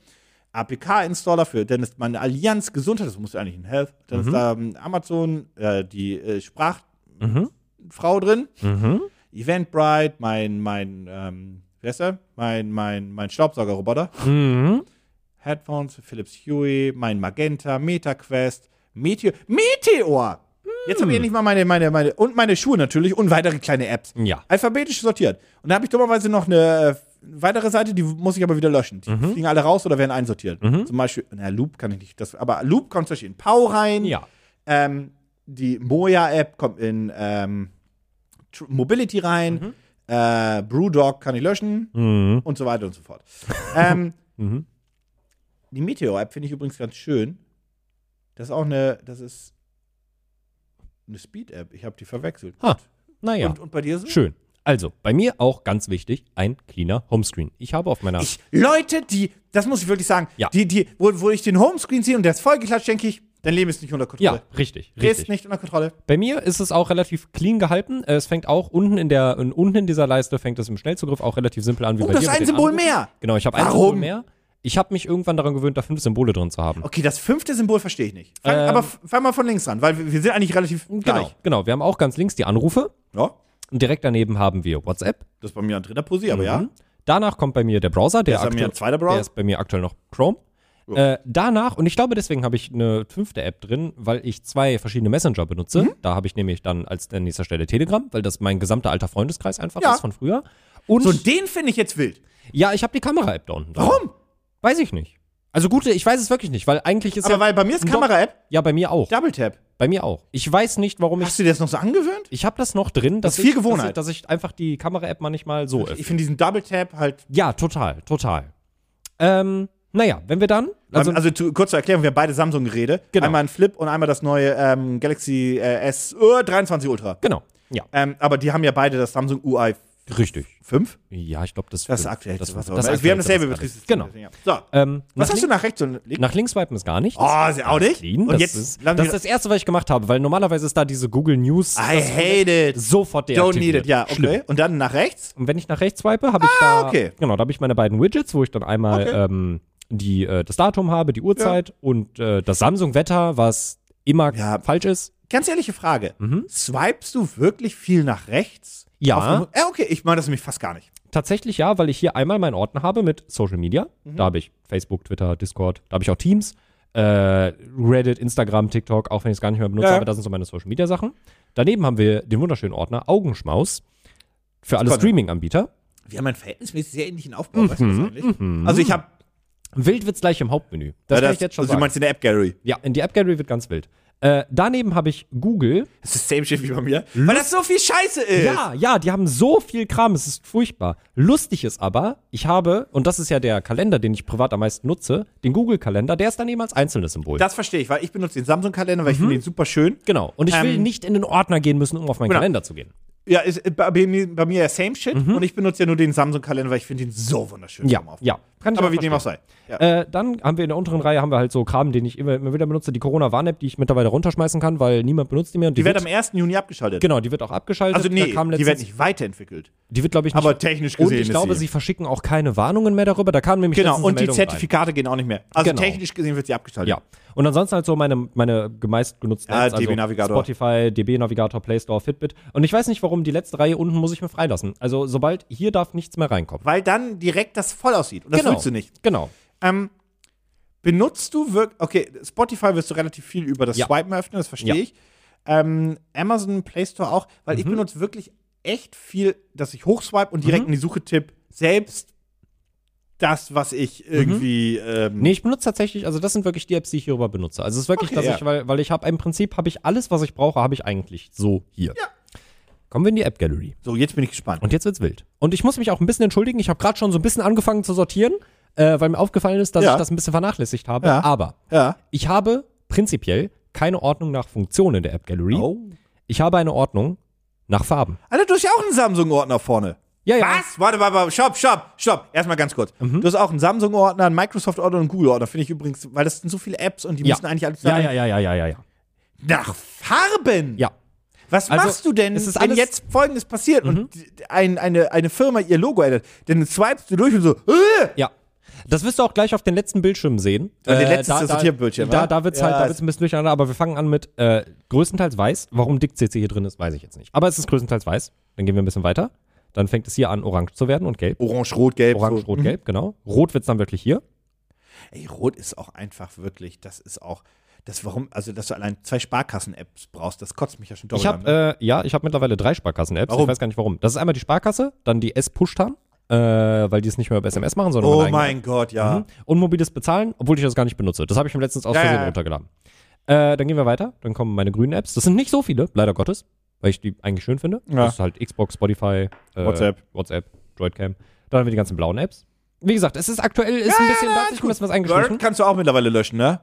B: APK-Installer für, dann ist meine Allianz Gesundheit, das muss ja eigentlich in Health, dann
C: Mhm.
B: ist da ähm, Amazon, äh, die äh, Sprachfrau
C: Mhm.
B: drin, Eventbrite, mein, mein, ähm, wer ist der? Mein, mein, mein Staubsaugerroboter,
C: Mhm.
B: Headphones, Philips Hue, mein Magenta, MetaQuest, Meteor, Meteor! Jetzt habe ich
C: Hm.
B: endlich mal meine, meine, meine, und meine Schuhe natürlich und weitere kleine Apps
C: Ja.
B: alphabetisch sortiert. Und da habe ich dummerweise noch eine äh, weitere Seite, die muss ich aber wieder löschen. Die
C: Mhm.
B: fliegen alle raus oder werden einsortiert. Zum Beispiel, na, Loop kann ich nicht. Das, aber Loop kommt zum Beispiel in Pau rein.
C: Ja.
B: Ähm, die Moja-App kommt in ähm, Tr- Mobility rein. Äh, Brewdog kann ich löschen
C: Mhm.
B: und so weiter und so fort. ähm, Die Meteor-App finde ich übrigens ganz schön. Das ist auch eine, das ist eine Speed-App. Ich habe die verwechselt.
C: Ha, naja.
B: Und, und bei dir so?
C: Schön. Also, bei mir auch ganz wichtig, ein cleaner Homescreen. Ich habe auf meiner.
B: Ich, Leute, die, das muss ich wirklich sagen,
C: Ja.
B: die, die, wo, wo ich den Homescreen sehe und der ist vollgeklatscht, denke ich, dein Leben ist nicht unter
C: ja,
B: Kontrolle.
C: richtig.
B: Der ist
C: richtig.
B: nicht unter Kontrolle.
C: Bei mir ist es auch relativ clean gehalten. Äh, Es fängt auch unten in der in, unten in dieser Leiste fängt es im Schnellzugriff auch relativ simpel an wie
B: Oh,
C: bei
B: das
C: dir.
B: ist
C: mit
B: ein
C: den
B: Symbol
C: Anrufen.
B: mehr.
C: Genau, ich habe ein
B: Warum?
C: Symbol mehr. Ich habe mich irgendwann daran gewöhnt, da fünf Symbole drin zu haben.
B: Okay, das fünfte Symbol verstehe ich nicht. Fang,
C: Ähm.
B: aber f- fang mal von links ran, weil wir, wir sind eigentlich relativ
C: Genau,
B: gleich.
C: genau. Wir haben auch ganz links die Anrufe
B: Ja,
C: und direkt daneben haben wir WhatsApp.
B: das ist bei mir an dritter Posi, aber ja.
C: Mhm. Danach kommt bei mir der Browser, der,
B: ist bei mir
C: aktuell-
B: ein zweiter Browser.
C: der ist bei mir aktuell noch Chrome. Äh, danach, und ich glaube, deswegen habe ich eine fünfte App drin, weil ich zwei verschiedene Messenger benutze.
B: Mhm.
C: Da habe ich nämlich dann als an nächster Stelle Telegram, weil das mein gesamter alter Freundeskreis einfach
B: Ja.
C: ist von früher. Und
B: So, den finde ich jetzt wild.
C: ja, ich habe die Kamera-App da unten. drin.
B: Warum?
C: Weiß ich nicht. Also gute, ich weiß es wirklich nicht, weil eigentlich ist
B: Aber
C: ja,
B: weil bei mir ist
C: Doch.
B: Kamera-App
C: ja bei mir auch.
B: Double Tap.
C: Bei mir auch. Ich weiß nicht, warum ich
B: Hast du dir das noch so angewöhnt?
C: ich habe das noch drin, dass
B: ist viel
C: ich, dass, ich,
B: Gewohnheit.
C: dass ich einfach die Kamera-App manchmal so öffne.
B: Ich finde diesen Double Tap halt.
C: Ja, total, total. Ähm, naja, wenn wir dann, also
B: Also, zu, kurz zur Erklärung, wir haben beide Samsung-Geräte.
C: Genau.
B: Einmal ein Flip und einmal das neue ähm, Galaxy äh, S23 Ultra.
C: genau, ja,
B: Ähm, aber die haben ja beide das Samsung UI
C: richtig.
B: 5.
C: Ja, ich glaube, das
B: Das ist aktuell.
C: Das, das,
B: was auch
C: das
B: immer. wir haben
C: aktuellste,
B: dasselbe
C: was alles-
B: Betriebssystem.
C: Genau.
B: deswegen, ja. So.
C: Ähm,
B: was
C: nach,
B: hast du nach rechts und links?
C: nach links swipen ist gar nicht.
B: Oh, ist ja auch nicht.
C: Clean,
B: und
C: das
B: jetzt
C: ist,
B: landen
C: das
B: wir-
C: ist das erste, was ich gemacht habe, weil normalerweise ist da diese Google News
B: I hate it.
C: sofort
B: Don't need
C: deaktiviert.
B: it. Ja, okay.
C: Schlimm.
B: Und dann nach rechts.
C: Und wenn ich nach rechts swipe, habe ich da
B: okay.
C: genau, da habe ich meine beiden Widgets, wo ich dann einmal ähm, die äh, das Datum habe, die Uhrzeit und äh, das Samsung Wetter, was immer
B: Ja.
C: falsch ist.
B: Ganz ehrliche Frage. Swipest du wirklich viel nach rechts?
C: Mhm. Ja.
B: Auf- Äh, okay, ich mache das nämlich fast gar nicht.
C: Tatsächlich ja, weil ich hier einmal meinen Ordner habe mit Social Media.
B: Mhm.
C: Da habe ich Facebook, Twitter, Discord, da habe ich auch Teams, äh, Reddit, Instagram, TikTok, auch wenn ich es gar nicht mehr benutze,
B: Ja, ja.
C: aber das sind so meine Social Media Sachen. Daneben haben wir den wunderschönen Ordner Augenschmaus für alle
B: Content.
C: Streaming-Anbieter.
B: Wir haben einen verhältnismäßig sehr ähnlichen Aufbau,
C: Mhm,
B: weißt du das eigentlich? Also ich habe
C: Wild wird's gleich im Hauptmenü. Das kann ich jetzt schon
B: also Du
C: sagen.
B: meinst in der App Gallery.
C: Ja, in die App Gallery wird ganz wild. Äh, daneben habe ich Google.
B: Das ist same shit wie bei mir. Weil das so viel Scheiße ist.
C: Hm? Ja, ja, die haben so viel Kram, es ist furchtbar. Lustig ist aber, ich habe, und das ist ja der Kalender, den ich privat am meisten nutze, den Google-Kalender, der ist daneben als einzelnes Symbol.
B: Das verstehe ich, weil ich benutze den Samsung Kalender, weil
C: Mhm.
B: ich finde den super schön.
C: genau. Und ich will
B: Ähm,
C: nicht in den Ordner gehen müssen, um auf meinen
B: Genau.
C: Kalender zu gehen.
B: Ja, ist äh, bei, bei mir, bei mir ja same shit und ich benutze ja nur den Samsung Kalender, weil ich finde den so wunderschön.
C: Mhm. Ja,
B: vom Aufbau.
C: ja. Kann ich
B: Aber
C: auch
B: wie dem auch
C: verstehen.
B: sei. Ja.
C: Äh, dann haben wir in der unteren Reihe haben wir halt so Kram, den ich immer, immer wieder benutze, die Corona-Warn-App, die ich mittlerweile runterschmeißen kann, weil niemand benutzt die mehr. Und die,
B: die wird
C: wird,
B: am 1. Juni abgeschaltet.
C: genau, die wird auch abgeschaltet.
B: Also nee,
C: da kam
B: die
C: letztens-
B: wird nicht weiterentwickelt.
C: Die wird, glaube ich, nicht.
B: Aber technisch
C: und
B: gesehen
C: ich glaube,
B: ist
C: sie verschicken auch keine Warnungen mehr darüber. Da kam nämlich
B: Genau,
C: letztens eine
B: und die
C: Meldung rein.
B: Zertifikate gehen auch nicht mehr. Also
C: Genau.
B: technisch gesehen wird sie abgeschaltet.
C: Ja. Und ansonsten halt so meine, meine gemeist genutzten
B: Ja,
C: Apps, also
B: DB Navigator.
C: Spotify, DB Navigator, Play Store, Fitbit. Und ich weiß nicht, warum die letzte Reihe unten muss ich mir freilassen. Also sobald hier darf nichts mehr reinkommen.
B: Weil dann direkt das voll aussieht. Und das willst du nicht.
C: Genau.
B: Ähm, benutzt du wirklich. Okay, Spotify wirst du relativ viel über das
C: Ja.
B: Swipen öffnen, das verstehe
C: Ja. Mhm.
B: ich. Ähm, Amazon Play Store auch, weil ich benutze wirklich echt viel, dass ich hochswipe und direkt in die Suche tipp. Selbst das, was ich irgendwie. Ähm,
C: Mhm. Nee, ich benutze tatsächlich, also das sind wirklich die Apps, die ich hierüber benutze. Also es ist wirklich,
B: Okay,
C: dass
B: ja.
C: ich, weil, weil ich habe im Prinzip habe ich alles, was ich brauche, habe ich eigentlich so hier. Ja. Kommen wir in die App Gallery.
B: So, jetzt bin ich gespannt.
C: Und jetzt wird's wild. Und ich muss mich auch ein bisschen entschuldigen. Ich habe gerade schon so ein bisschen angefangen zu sortieren, äh, weil mir aufgefallen ist, dass
B: Ja.
C: ich das ein bisschen vernachlässigt habe.
B: Ja.
C: Aber
B: ja.
C: Ich habe prinzipiell keine Ordnung nach Funktionen in der App Gallery.
B: Oh.
C: Ich habe eine Ordnung nach Farben.
B: Alter, du hast ja auch einen Samsung-Ordner vorne.
C: Ja, ja. Mhm.
B: Was? Warte, warte, warte, stopp, stopp, stopp. Erstmal ganz kurz. Du hast auch einen Samsung-Ordner, einen Microsoft-Ordner und einen Google-Ordner, finde ich übrigens, weil das sind so viele Apps und die
C: Ja.
B: müssen eigentlich alles
C: Ja, ja, ja, ja, ja, ja, ja.
B: nach Farben.
C: Ja.
B: Was
C: Also,
B: machst du denn,
C: es ist
B: wenn
C: alles- Mhm.
B: jetzt Folgendes passiert und die- ein, eine, eine Firma ihr Logo ändert? Dann swipest du durch und so, äh,
C: Ja. Das wirst du auch gleich auf den letzten Bildschirm sehen. Äh,
B: Ja, den letzten Sortierbildschirm,
C: Da,
B: wa?
C: da wird's
B: Ja,
C: halt, da
B: es-
C: wird's ein bisschen durcheinander, aber wir fangen an mit äh, größtenteils weiß. Warum dick CC hier drin ist, weiß ich jetzt nicht. Aber es ist größtenteils weiß. Dann gehen wir ein bisschen weiter. Dann fängt es hier an, orange zu werden und gelb.
B: orange, rot, Mhm. gelb.
C: Orange,
B: so.
C: rot, gelb, genau. Rot wird's dann wirklich hier.
B: Ey, rot ist auch einfach wirklich, das ist auch, das warum, also dass du allein zwei Sparkassen-Apps brauchst, das kotzt mich ja schon doppelt
C: Ich
B: an. ne?
C: habe äh, ja, ich habe mittlerweile drei Sparkassen-Apps. Ich
B: Warum?
C: weiß gar nicht warum. Das ist einmal die Sparkasse, dann die S-Pushtan Äh, weil die es nicht mehr über SMS machen, sondern
B: Oh
C: über
B: mein Gott, ja.
C: Mhm. Und mobiles Bezahlen, obwohl ich das gar nicht benutze. Das habe ich mir letztens aus
B: Ja,
C: Versehen
B: ja.
C: runtergeladen. Äh, dann gehen wir weiter. Dann kommen meine grünen Apps. Das sind nicht so viele, leider Gottes, weil ich die eigentlich schön finde.
B: Ja.
C: Das ist halt Xbox, Spotify, äh,
B: WhatsApp.
C: WhatsApp, Droidcam. Dann haben wir die ganzen blauen Apps. Wie gesagt, es ist aktuell, ist ein bisschen, da hat sich ein bisschen was eingeschlichen.
B: Word kannst du auch mittlerweile löschen, ne?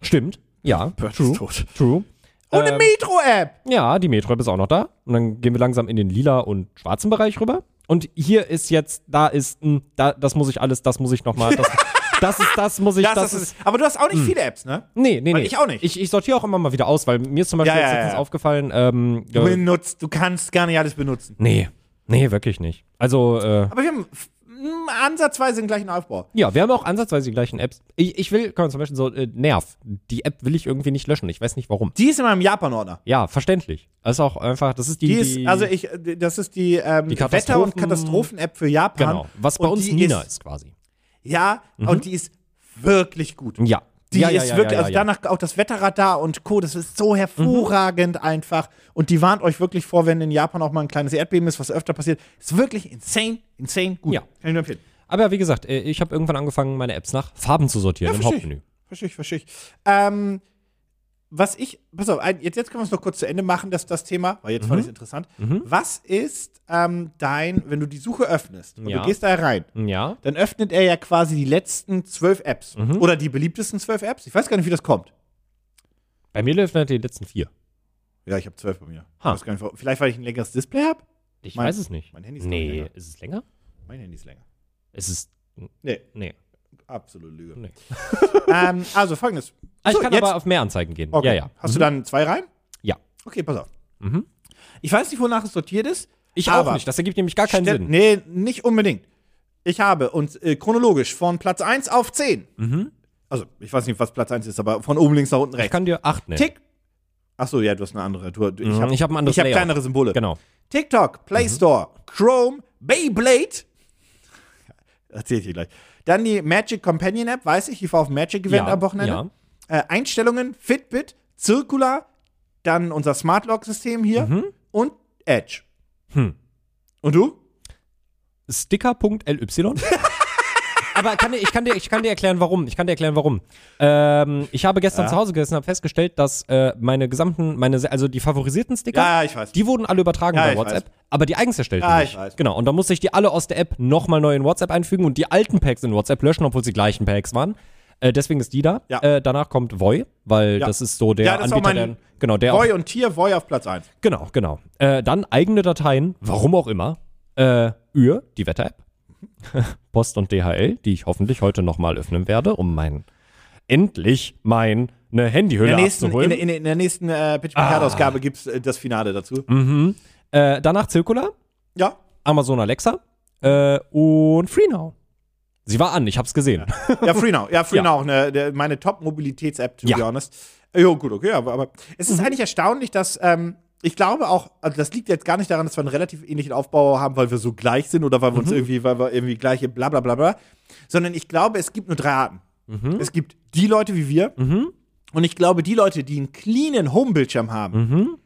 C: Stimmt. Ja,
B: Word ist tot.
C: true.
B: Und eine
C: Ähm,
B: Metro-App.
C: Ja, die Metro-App ist auch noch da. Und dann gehen wir langsam in den lila und schwarzen Bereich rüber. Und hier ist jetzt, da ist, mh, da, das muss ich alles, das muss ich nochmal, das, das ist, das muss ich, Mhm.
B: Das,
C: das,
B: das
C: ist,
B: ist, aber du hast auch nicht viele Apps, ne?
C: Nee, nee,
B: Weil
C: nee.
B: ich auch nicht.
C: Ich, ich sortiere auch immer mal wieder aus, weil mir ist zum Beispiel
B: Ja, ja,
C: jetzt
B: ja,
C: letztens
B: ja.
C: aufgefallen, ähm,
B: Du
C: äh,
B: benutzt, du kannst gar nicht alles benutzen.
C: nee, nee, wirklich nicht. Also, äh,
B: Aber wir haben f- m, ansatzweise den gleichen Aufbau.
C: ja, wir haben auch ansatzweise die gleichen Apps. Ich, ich will, kann man zum Beispiel so, äh, Nerv. Die App will ich irgendwie nicht löschen. Ich weiß nicht warum.
B: Die ist in meinem Japan-Ordner.
C: Ja, verständlich. Das ist auch einfach, das ist die,
B: Die ist, also ich, äh, das ist die, ähm,
C: Die
B: Wetter- und
C: Katastrophen-
B: Katastrophen-App für Japan.
C: genau, was bei
B: Und
C: uns
B: die
C: Nina
B: ist.
C: ist quasi.
B: Ja, und die ist wirklich gut.
C: Ja.
B: Die
C: ja, ja,
B: ist
C: ja,
B: wirklich,
C: ja, ja,
B: also
C: ja.
B: danach auch das Wetterradar und Co., das ist so hervorragend einfach. Und die warnt euch wirklich vor, wenn in Japan auch mal ein kleines Erdbeben ist, was öfter passiert. Ist wirklich insane, insane gut.
C: Ja.
B: Kann ich nur empfehlen.
C: Aber wie gesagt, äh, ich habe irgendwann angefangen, meine Apps nach Farben zu sortieren im
B: verstehe
C: Hauptmenü.
B: Verstehe ich, verstehe ich. Ähm, was ich, pass auf, ein- jetzt, jetzt können wir es noch kurz zu Ende machen, dass das Thema, weil
C: Mhm.
B: jetzt fand ich es interessant. Was ist ähm, dein, wenn du die Suche öffnest und
C: Ja.
B: du gehst da rein,
C: Ja.
B: dann öffnet er ja quasi die letzten zwölf Apps
C: Mhm.
B: oder die beliebtesten zwölf Apps. Ich weiß gar nicht, wie das kommt.
C: Bei mir läuft die letzten vier.
B: Ja, ich habe zwölf bei mir. Ich
C: Ha.
B: weiß gar nicht, warum. vielleicht, weil ich ein längeres Display habe?
C: Ich
B: Mein-
C: weiß es nicht.
B: mein Handy ist noch
C: Nee,
B: länger.
C: ist es länger?
B: Mein Handy ist länger.
C: Es ist.
B: Nee,
C: Nee.
B: absolute Lüge.
C: Nee.
B: ähm, also folgendes.
C: Ah, ich
B: So,
C: kann
B: jetzt-
C: aber auf mehr Anzeigen gehen.
B: Okay.
C: Ja, ja.
B: Hast du dann zwei rein?
C: Ja.
B: Okay, pass auf.
C: Mhm.
B: Ich weiß nicht, wonach es sortiert ist.
C: Ich auch
B: aber-
C: nicht. Das ergibt nämlich gar keinen
B: Stell-
C: Sinn.
B: Nee, nicht unbedingt. Ich habe und äh, chronologisch von Platz 1 auf 10. Also, ich weiß nicht, was Platz 1 ist, aber von oben links nach unten
C: Mhm. Ich
B: rechts.
C: kann dir acht nennen.
B: Tick. Achso, ja, du hast eine andere. Du, du- ich
C: Mhm,
B: habe
C: ich hab ein anderes
B: Ich habe
C: Layout.
B: kleinere Symbole.
C: Genau. Mhm.
B: TikTok, Play Store, Chrome, Beyblade. Erzähl ich dir gleich. Dann die Magic Companion App, weiß ich, ich war auf Magic Event
C: Ja,
B: am Wochenende. Äh, Einstellungen, Fitbit, Circular, dann unser Smart Lock System hier und Edge.
C: Mhm. Hm.
B: Und du?
C: Sticker.ly. Aber kann, dir- ich, kann dir, ich kann dir erklären, warum. Ich kann dir erklären, warum. Ähm, ich habe gestern zu Hause gesessen und habe festgestellt, dass äh, meine gesamten, meine, se- also die favorisierten Sticker,
B: Ja, ja, ich weiß.
C: die wurden alle übertragen
B: Ja,
C: bei
B: ich
C: WhatsApp, aber die eigens erstellten
B: Ja, ich
C: nicht.
B: weiß.
C: Genau. Und dann musste ich die alle aus der App nochmal neu in WhatsApp einfügen und die alten Packs in WhatsApp löschen, obwohl sie gleichen Packs waren. Äh, deswegen ist die da.
B: Ja.
C: Äh, danach kommt Voi, weil
B: Ja.
C: das ist so der
B: Ja, das ist auch
C: Anbieter, der,
B: mein
C: genau, der
B: Voi und Tier, Voi auf Platz 1.
C: Genau, genau. Äh, dann eigene Dateien, warum auch immer. Äh, Ür, die Wetter-App. Post und DHL, die ich hoffentlich heute nochmal öffnen werde, um mein, endlich meine Handyhülle
B: In der nächsten, in,
C: abzuholen.
B: der- in, der- in der nächsten äh, Pitch ah. Ausgabe gibt es äh, das Finale dazu.
C: Mhm. äh, danach Circular,
B: Ja.
C: Amazon Alexa äh, und FreeNow. Sie war an, ich hab's gesehen.
B: Ja, Freenow. Ja,
C: Ja.
B: Freenow. Ne, der, meine Top-Mobilitäts-App, to
C: Ja. Mhm.
B: be honest. Jo, gut, okay. Aber, aber es ist eigentlich erstaunlich, dass ähm, ich glaube auch, also das liegt jetzt gar nicht daran, dass wir einen relativ ähnlichen Aufbau haben, weil wir so gleich sind oder weil wir uns
C: Mhm.
B: irgendwie, weil wir irgendwie gleiche bla bla bla bla. Sondern ich glaube, es gibt nur drei Arten.
C: Mhm.
B: Es gibt die Leute wie wir. Und ich glaube, die Leute, die einen cleanen Homebildschirm haben,
C: Mhm.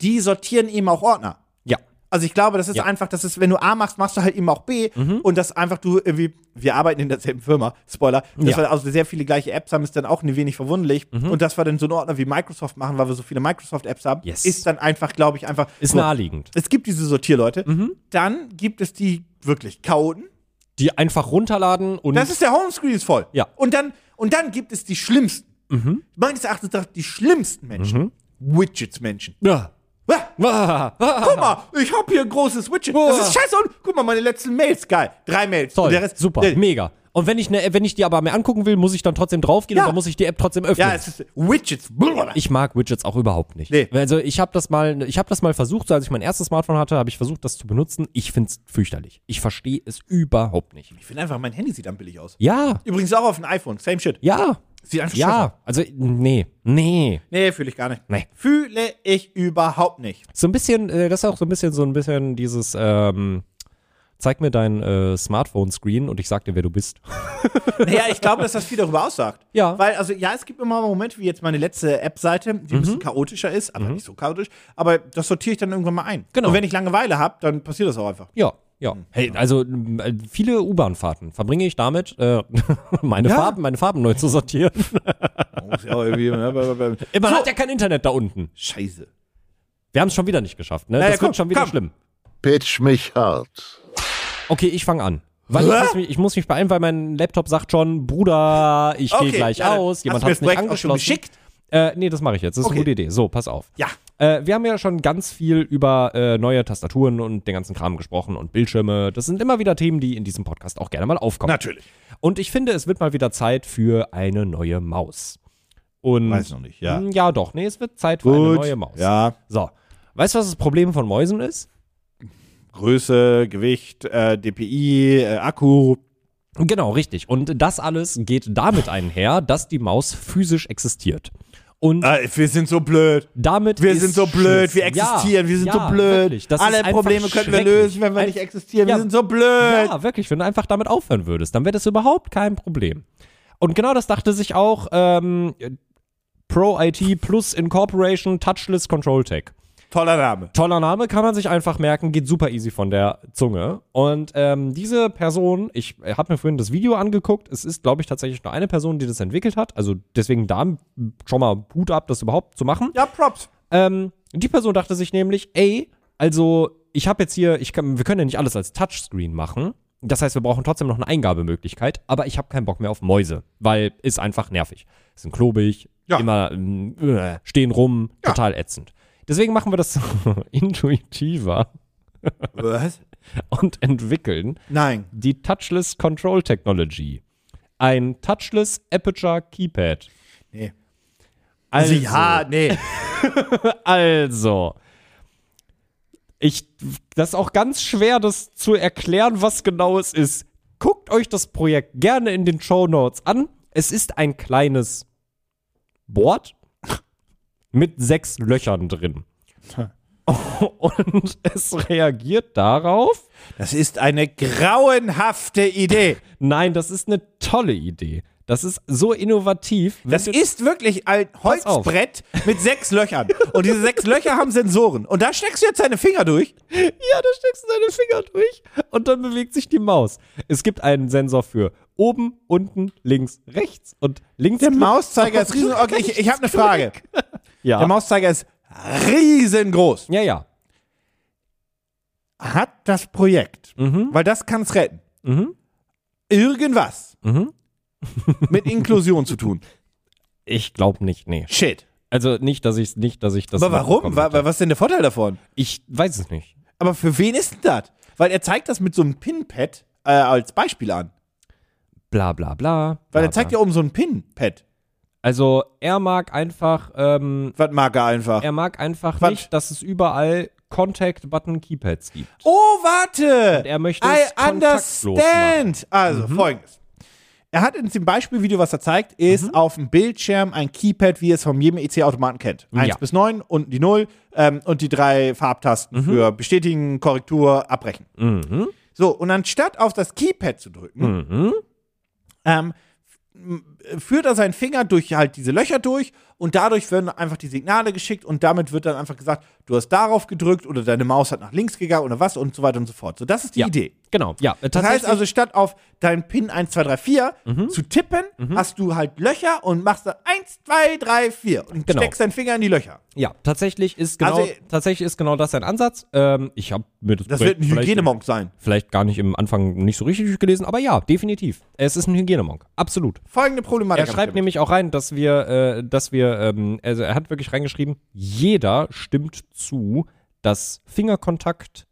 B: die sortieren eben auch Ordner.
C: Ja.
B: Also ich glaube, das ist
C: Ja. Mhm.
B: einfach, das ist, wenn du A machst, machst du halt eben auch B und das einfach du irgendwie, wir arbeiten in derselben Firma, Spoiler, dass
C: Ja. Mhm.
B: wir also sehr viele gleiche Apps haben, ist dann auch ein wenig verwunderlich und dass wir dann so einen Ordner wie Microsoft machen, weil wir so viele Microsoft-Apps haben,
C: Yes.
B: ist dann einfach, glaube ich, einfach.
C: Ist
B: so,
C: naheliegend. Mhm.
B: Es gibt diese Sortierleute, dann gibt es die wirklich Chaoten.
C: Die einfach runterladen und
B: Das ist der Homescreen ist voll.
C: Mhm. Ja. Mhm.
B: Und dann, und dann gibt es die schlimmsten, meines Erachtens nach die schlimmsten Menschen, Widgets-Menschen.
C: ja.
B: Ah!
C: Ah, ah.
B: Guck mal, ich hab hier ein großes Widget.
C: Boah.
B: Das ist scheiße. Und guck mal, meine letzten Mails. Geil. Drei Mails.
C: Toll,
B: Und der Rest,
C: super,
B: Der,
C: mega. Und wenn ich, ne, wenn ich die aber mehr angucken will, muss ich dann trotzdem draufgehen
B: Ja.
C: und dann muss ich die App trotzdem öffnen.
B: ja, es ist Widgets. Blablabla.
C: Ich mag Widgets auch überhaupt nicht.
B: Nee.
C: Also ich habe das mal, ich habe das mal versucht, so als ich mein erstes Smartphone hatte, habe ich versucht, das zu benutzen. Ich find's fürchterlich. Ich verstehe es überhaupt nicht.
B: Ich finde einfach, mein Handy sieht dann billig aus.
C: Ja,
B: Übrigens auch auf dem iPhone. Same shit.
C: ja,
B: Sieht einfach scheiße aus.
C: ja. Also nee, nee.
B: Nee, fühle ich gar nicht.
C: Nee.
B: Fühle ich überhaupt nicht.
C: So ein bisschen, äh, das ist auch so ein bisschen so ein bisschen dieses. Ähm, Zeig mir dein äh, Smartphone-Screen und ich sag dir, wer du bist.
B: Naja, ich glaube, dass das viel darüber aussagt.
C: Ja.
B: Weil, also, ja, es gibt immer mal Momente, wie jetzt meine letzte App-Seite, die ein
C: Mhm.
B: bisschen chaotischer ist, aber nicht so chaotisch. Aber das sortiere ich dann irgendwann mal ein.
C: Genau.
B: Und wenn ich Langeweile habe, dann passiert das auch einfach.
C: Ja, Ja. Hey,
B: genau.
C: also m, äh, viele U-Bahn-Fahrten verbringe ich damit, äh, meine
B: Ja.
C: Farben, meine Farben neu zu sortieren.
B: Man muss ja auch irgendwie, ne, bei- bei- bei-
C: Man hat ja kein Internet da unten.
B: Scheiße.
C: Wir haben es schon wieder nicht geschafft, ne?
B: Naja,
C: das
B: komm,
C: wird schon wieder
B: komm.
C: schlimm.
A: Pitch mich hart.
C: Okay, ich fange an. Weil ich
B: Hä?
C: muss, mich, ich muss mich beeilen, weil mein Laptop sagt schon, Bruder, ich gehe gleich
B: ja, dann
C: aus. Jemand
B: hast
C: hat
B: du
C: es
B: mir
C: nicht
B: das Projekt auch schon
C: angeschlossen.
B: geschickt?
C: Äh, nee, das mache ich jetzt. Das ist
B: Okay.
C: eine gute Idee. So, pass auf.
B: Ja.
C: Äh, wir haben ja schon ganz viel über äh, neue Tastaturen und den ganzen Kram gesprochen und Bildschirme. Das sind immer wieder Themen, die in diesem Podcast auch gerne mal aufkommen.
B: Natürlich.
C: Und ich finde, es wird mal wieder Zeit für eine neue Maus. Und
B: Weiß noch nicht, ja.
C: Hm, Ja, doch. Nee, es wird Zeit für eine neue Maus.
B: Ja.
C: So. Weißt du, was das Problem von Mäusen ist?
B: Größe, Gewicht, äh, DPI, äh, Akku.
C: Genau, richtig. Und das alles geht damit einher, dass die Maus physisch existiert. Und
B: Äh, wir sind so blöd.
C: damit
B: Wir
C: ist
B: sind so blöd, wir
C: Schluss.
B: existieren,
C: ja,
B: wir sind
C: ja,
B: so blöd.
C: Wirklich, das
B: Alle
C: ist einfach
B: Probleme könnten wir
C: schrecklich.
B: lösen, wenn wir
C: Ein-
B: nicht existieren.
C: Ja.
B: Wir sind so blöd.
C: Ja, wirklich, wenn du einfach damit aufhören würdest, dann wäre das überhaupt kein Problem. Und genau das dachte sich auch ähm, Pro IT Plus Incorporation Touchless Control Tech.
B: Toller Name.
C: Toller Name, kann man sich einfach merken, geht super easy von der Zunge. Und ähm, diese Person, ich äh, habe mir vorhin das Video angeguckt, es ist, glaube ich, tatsächlich nur eine Person, die das entwickelt hat. Also deswegen da schon mal Hut ab, das überhaupt zu machen.
B: Ja, Props.
C: Ähm, die Person dachte sich nämlich, ey, also ich habe jetzt hier, ich kann, wir können ja nicht alles als Touchscreen machen. Das heißt, wir brauchen trotzdem noch eine Eingabemöglichkeit, aber ich habe keinen Bock mehr auf Mäuse, weil ist einfach nervig. Sind klobig,
B: Ja.
C: immer ähm, äh, stehen rum, total ätzend. Deswegen machen wir das intuitiver
B: Was?
C: und entwickeln
B: Nein.
C: die Touchless Control Technology. Ein Touchless Aperture Keypad.
B: Nee. Also, ja, nee.
C: Also, ich, das ist auch ganz schwer, das zu erklären, was genau es ist. Guckt euch das Projekt gerne in den Show Notes an. Es ist ein kleines Board mit sechs Löchern drin. Und es reagiert darauf,
B: Das ist eine grauenhafte Idee.
C: Nein, das ist eine tolle Idee. Das ist so innovativ. Wenn
B: Das
C: du-
B: ist wirklich ein
C: auf.
B: Holzbrett mit sechs Löchern. Und diese sechs Löcher haben Sensoren. Und da steckst du jetzt deine Finger durch.
C: Ja, da steckst du deine Finger durch und dann bewegt sich die Maus. Es gibt einen Sensor für oben, unten, links, rechts und links.
B: Der Mauszeiger ist riesen. Okay, ich, ich habe eine Frage.
C: ja.
B: Der Mauszeiger ist riesengroß.
C: ja, ja.
B: Hat das Projekt, weil das kann es retten, irgendwas mit Inklusion zu tun?
C: Ich glaube nicht, nee.
B: Shit.
C: Also nicht, dass ich nicht, dass ich das.
B: Aber warum?
C: mitbekommen
B: Wa-
C: hätte.
B: wa- Was ist denn der Vorteil davon?
C: Ich weiß es nicht.
B: Aber für wen ist denn das? Weil er zeigt das mit so einem Pinpad äh, als Beispiel an.
C: Bla bla bla.
B: Weil
C: bla,
B: er zeigt
C: bla.
B: ja oben so ein Pinpad.
C: Also er mag einfach, ähm,
B: Was mag er einfach?
C: er mag einfach
B: Was?
C: nicht, dass es überall Contact-Button-Keypads gibt.
B: Oh, warte!
C: er möchte
B: I
C: es kontaktlos Mhm.
B: understand! Also, folgendes. Er hat in dem Beispielvideo, was er zeigt, ist
C: Mhm.
B: auf dem Bildschirm ein Keypad, wie ihr es von jedem EC-Automaten kennt. Eins
C: Ja.
B: bis neun, unten die Null ähm, und die drei
C: Mhm.
B: Farbtasten für Bestätigen, Korrektur, Abbrechen. So, und anstatt auf das Keypad zu
C: Mhm.
B: drücken, ähm, f- führt er seinen Finger durch halt diese Löcher durch und dadurch werden einfach die Signale geschickt und damit wird dann einfach gesagt, du hast darauf gedrückt oder deine Maus hat nach links gegangen oder was und so weiter und so fort. So, das ist die
C: ja.
B: Idee.
C: Genau. Ja.
B: Das heißt also, statt auf deinen Pin 1, 2, 3, 4
C: Mhm.
B: zu tippen, hast du halt Löcher und machst dann 1, 2, 3, 4 und
C: Genau.
B: steckst deinen Finger in die Löcher.
C: Ja, tatsächlich ist genau,
B: Also,
C: tatsächlich ist genau das sein Ansatz. Ähm, ich habe mir das,
B: Das
C: Projekt
B: wird ein
C: vielleicht-
B: Hygienemonk sein.
C: Vielleicht gar nicht im Anfang nicht so richtig gelesen, aber ja, definitiv. Es ist ein Hygienemonk. Absolut.
B: Folgende Problematik.
C: Er
B: hab ich
C: schreibt
B: damit.
C: nämlich auch rein, dass wir, äh, dass wir, ähm, also er hat wirklich reingeschrieben, jeder stimmt zu, dass Fingerkontakt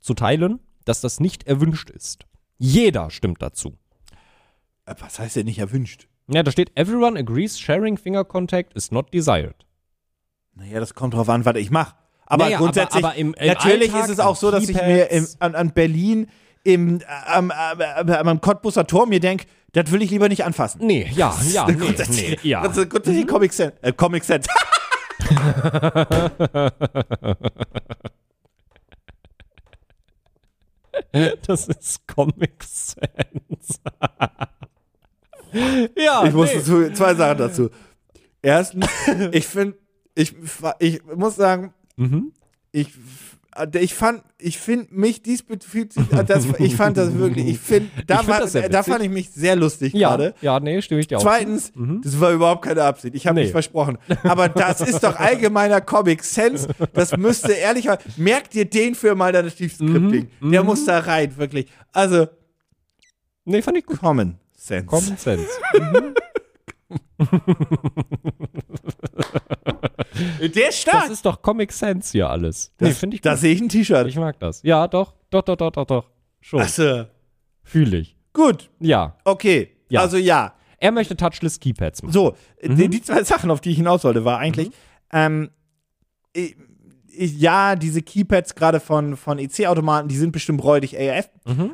C: zu teilen, dass das nicht erwünscht ist. Jeder stimmt dazu.
B: Äh, Was heißt denn nicht erwünscht?
C: Ja, da steht, everyone agrees sharing finger contact is not desired.
B: Naja, das kommt drauf an, was ich mache. Aber
C: Naja, aber-
B: grundsätzlich,
C: aber im- im
B: natürlich
C: Alltag,
B: ist es auch so, dass ich
C: Keypads.
B: mir im, an, an Berlin im, äh, am, am, am, am Cottbusser Tor mir denke, das will ich lieber nicht anfassen.
C: Nee, ja,
B: Das ist
C: ja, nee, nee,
B: grundsätzlich-
C: ja. Mhm.
B: Das ist grundsätzlich Comic Sense. Äh, Comic Sense. Äh.
C: Das ist Comic Sans. ja,
B: Ich muss dazu, zwei Sachen dazu.
C: Mhm.
B: Erstens, ich finde, ich, ich muss sagen, ich äh, ich fand, ich finde mich diesbezüglich, äh, das, ich fand das wirklich, ich finde, da,
C: Ich find
B: war-
C: das sehr
B: äh, da
C: witzig.
B: fand ich mich sehr lustig
C: Ja,
B: gerade.
C: ja, nee, stimme ich dir auch.
B: Zweitens, das war überhaupt keine Absicht. Ich habe
C: Mhm. Nee.
B: nicht versprochen. Aber das ist doch allgemeiner Comic Sense. Das müsste ehrlich merkt ihr den für mal deine
C: Mhm.
B: Stiefskript liegen. Der muss da rein, wirklich. Also
C: nee, fand ich gut.
B: Common Sense.
C: Common Sense.
B: Der ist
C: Das
B: stark.
C: ist doch Comic Sense hier alles. Nee, finde ich
B: Da
C: gut.
B: sehe ich ein T-Shirt.
C: Ich mag das. Ja, doch, doch, doch, doch, doch, doch. Schon.
B: Achso.
C: Fühle ich.
B: Gut.
C: Ja.
B: Okay.
C: Ja.
B: Also ja.
C: Er möchte Touchless Keypads machen.
B: So, äh, die, die zwei Sachen, auf die ich hinaus wollte, war eigentlich, ähm, ich, ich, ja, diese Keypads gerade von, von EC-Automaten, die sind bestimmt räudig AF.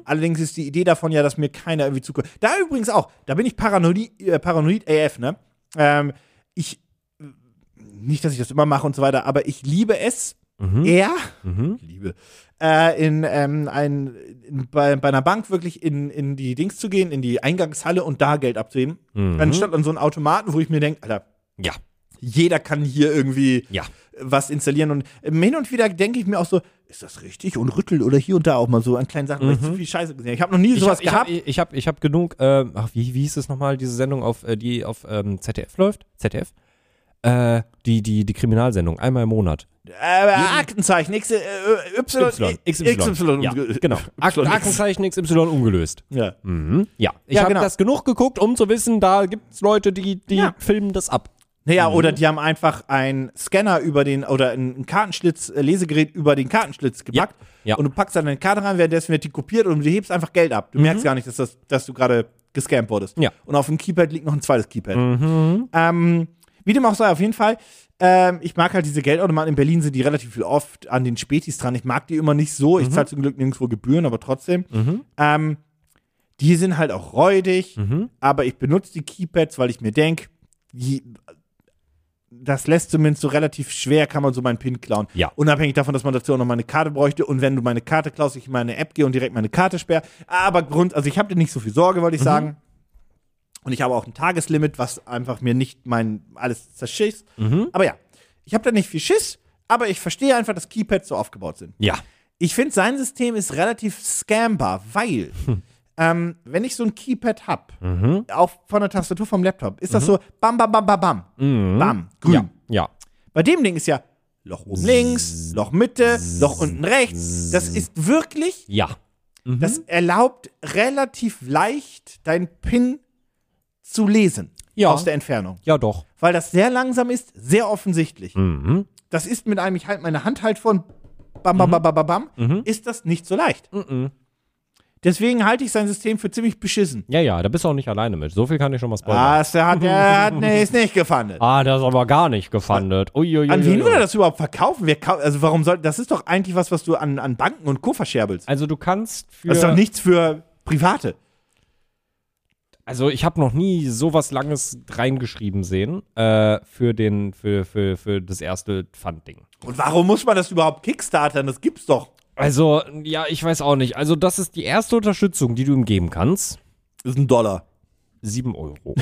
B: Allerdings ist die Idee davon ja, dass mir keiner irgendwie zukommt. Da übrigens auch, da bin ich paranoid, äh, paranoid AF, ne? Ähm, ich, nicht, dass ich das immer mache und so weiter, aber ich liebe es, eher, liebe, äh, in, ähm, ein, in, bei, bei einer Bank wirklich in, in die Dings zu gehen, in die Eingangshalle und da Geld abzuheben,
C: Mhm.
B: anstatt an so einen Automaten, wo ich mir denke, Alter,
C: Ja.
B: jeder kann hier irgendwie
C: Ja.
B: was installieren. Und ähm, hin und wieder denke ich mir auch so, ist das richtig? Und rüttel oder hier und da auch mal so an kleinen Sachen, weil ich zu viel Scheiße gesehen habe. Ich habe noch nie sowas
C: Mhm. ich hab,
B: gehabt.
C: ich habe ich hab genug, ähm, ach, wie, wie hieß es nochmal, diese Sendung, auf, äh, die auf ähm, ZDF läuft? ZDF? Äh, die, die, die Kriminalsendung, einmal im Monat.
B: äh, Aktenzeichen, X, äh, Y,
C: Äh, Y.
B: XY.
C: Ja, genau. Ak
B: Y.
C: Aktenzeichen XY ungelöst.
B: Ja.
C: Mhm. Ja. Ich
B: Ja,
C: habe
B: genau.
C: das genug geguckt, um zu wissen, da gibt's Leute, die, die
B: Ja.
C: filmen das ab.
B: Naja,
C: Mhm.
B: oder die haben einfach einen Scanner über den, oder ein Kartenschlitz, äh, Lesegerät über den Kartenschlitz gepackt.
C: Ja.
B: Und du packst dann deine Karte rein, währenddessen wird die kopiert und du hebst einfach Geld ab. Du merkst gar nicht, dass, das, dass du gerade gescampt wurdest.
C: Mhm. Ja. Mhm.
B: Und auf dem Keypad liegt noch ein zweites Keypad. Ähm, wie dem auch sei, auf jeden Fall. Ähm, ich mag halt diese Geldautomaten. In Berlin sind die relativ viel oft an den Spätis dran. Ich mag die immer nicht so.
C: Mhm.
B: Ich zahle zum Glück nirgendwo Gebühren, aber trotzdem. Ähm, die sind halt auch räudig, aber ich benutze die Keypads, weil ich mir denke, das lässt zumindest so relativ schwer, kann man so meinen PIN klauen.
C: Ja.
B: Unabhängig davon, dass man dazu auch noch meine Karte bräuchte. Und wenn du meine Karte klaust, ich in meine App gehe und direkt meine Karte sperre. Aber Grund, also ich habe dir nicht so viel Sorge, wollte ich sagen. Und ich habe auch ein Tageslimit, was einfach mir nicht mein alles zerschießt. Aber ja, ich habe da nicht viel Schiss, aber ich verstehe einfach, dass Keypads so aufgebaut sind.
C: Ja.
B: Ich finde, sein System ist relativ scambar, weil ähm, wenn ich so ein Keypad hab, auch von der Tastatur vom Laptop, ist das so bam, bam, bam, bam, bam, bam, grün.
C: Ja. Ja.
B: Bei dem Ding ist ja Loch oben links, Loch Mitte, Loch unten rechts. Das ist wirklich,
C: Ja.
B: das erlaubt relativ leicht, dein PIN zu lesen
C: Ja.
B: aus der Entfernung.
C: Ja, doch.
B: Weil das sehr langsam ist, sehr offensichtlich.
C: Mhm.
B: Das ist mit einem, ich halte meine Hand halt von bam, bam, bam, bam, bam, bam, ist das nicht so leicht. Deswegen halte ich sein System für ziemlich beschissen.
C: Ja, ja, da bist du auch nicht alleine mit. So viel kann ich schon mal spoilern.
B: Was, der hat, der hat, nee, ist nicht gefandet.
C: Ah, das ist aber gar nicht gefandet. Uiuiui.
B: An wen würde das überhaupt verkaufen? Wer kau also warum soll, das ist doch eigentlich was, was du an, an Banken und Co. verscherbelst.
C: Also du kannst für.
B: Das ist doch nichts für Private.
C: Also ich habe noch nie sowas Langes reingeschrieben sehen äh, für den für, für, für das erste Pfandding.
B: Und warum muss man das überhaupt kickstartern? Das gibt's doch.
C: Also ja, ich weiß auch nicht. Also das ist die erste Unterstützung, die du ihm geben kannst.
B: Ist ein Dollar.
C: 7 Euro.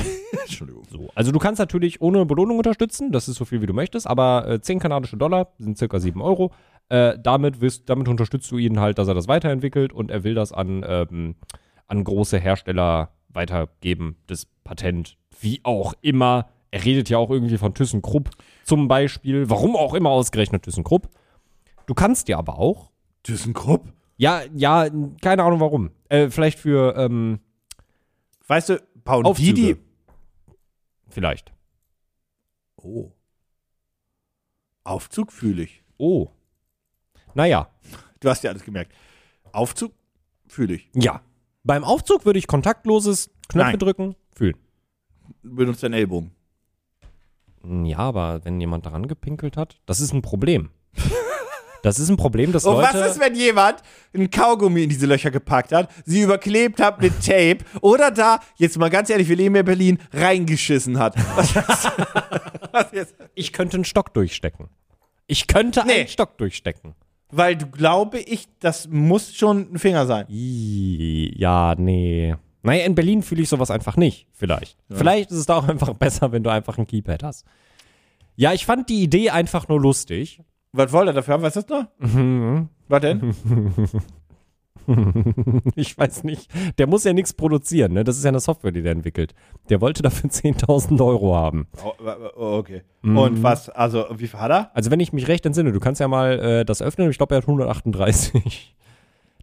B: Entschuldigung.
C: So. Also du kannst natürlich ohne Belohnung unterstützen, das ist so viel wie du möchtest, aber äh, 10 kanadische Dollar sind circa 7 Euro. Äh, damit, wirst, damit unterstützt du ihn halt, dass er das weiterentwickelt und er will das an, ähm, an große Hersteller weitergeben, das Patent. Wie auch immer. Er redet ja auch irgendwie von ThyssenKrupp zum Beispiel. Warum auch immer ausgerechnet ThyssenKrupp. Du kannst dir aber auch
B: ThyssenKrupp?
C: ja, ja, keine Ahnung warum. Äh, vielleicht für, ähm,
B: Weißt du, Paul,
C: Aufzüge.
B: die, die.
C: vielleicht.
B: Oh. Aufzug fühle ich.
C: Oh. Naja,
B: Du hast ja alles gemerkt. Aufzug fühle ich.
C: Ja. Beim Aufzug würde ich kontaktloses Knöpfe
B: Nein.
C: drücken, fühlen.
B: Benutzt deinen Ellbogen.
C: Hm, Ja, aber wenn jemand daran gepinkelt hat, das ist ein Problem. Das ist ein Problem, dass
B: Und
C: Leute.
B: Oh, was ist, wenn jemand einen Kaugummi in diese Löcher gepackt hat, sie überklebt hat mit Tape oder da, jetzt mal ganz ehrlich, wir leben ja in Berlin, reingeschissen hat? Was, was jetzt?
C: ich könnte einen Stock durchstecken. Ich könnte
B: Nee.
C: einen Stock durchstecken.
B: Weil du glaube ich, das muss schon ein Finger sein.
C: Ih, ja, nee. Naja, in Berlin fühle ich sowas einfach nicht, vielleicht. Vielleicht ist es da auch einfach besser, wenn du einfach ein Keypad hast. Ja, ich fand die Idee einfach nur lustig.
B: Was wollt ihr dafür haben? Was ist das noch? Was denn?
C: Ich weiß nicht. Der muss ja nichts produzieren, ne? Das ist ja eine Software, die der entwickelt. Der wollte dafür 10.000 Euro haben.
B: Oh, oh, okay. Und was, also, wie viel hat er?
C: Also, wenn ich mich recht entsinne, du kannst ja mal äh, das öffnen. Ich glaube, er hat 138.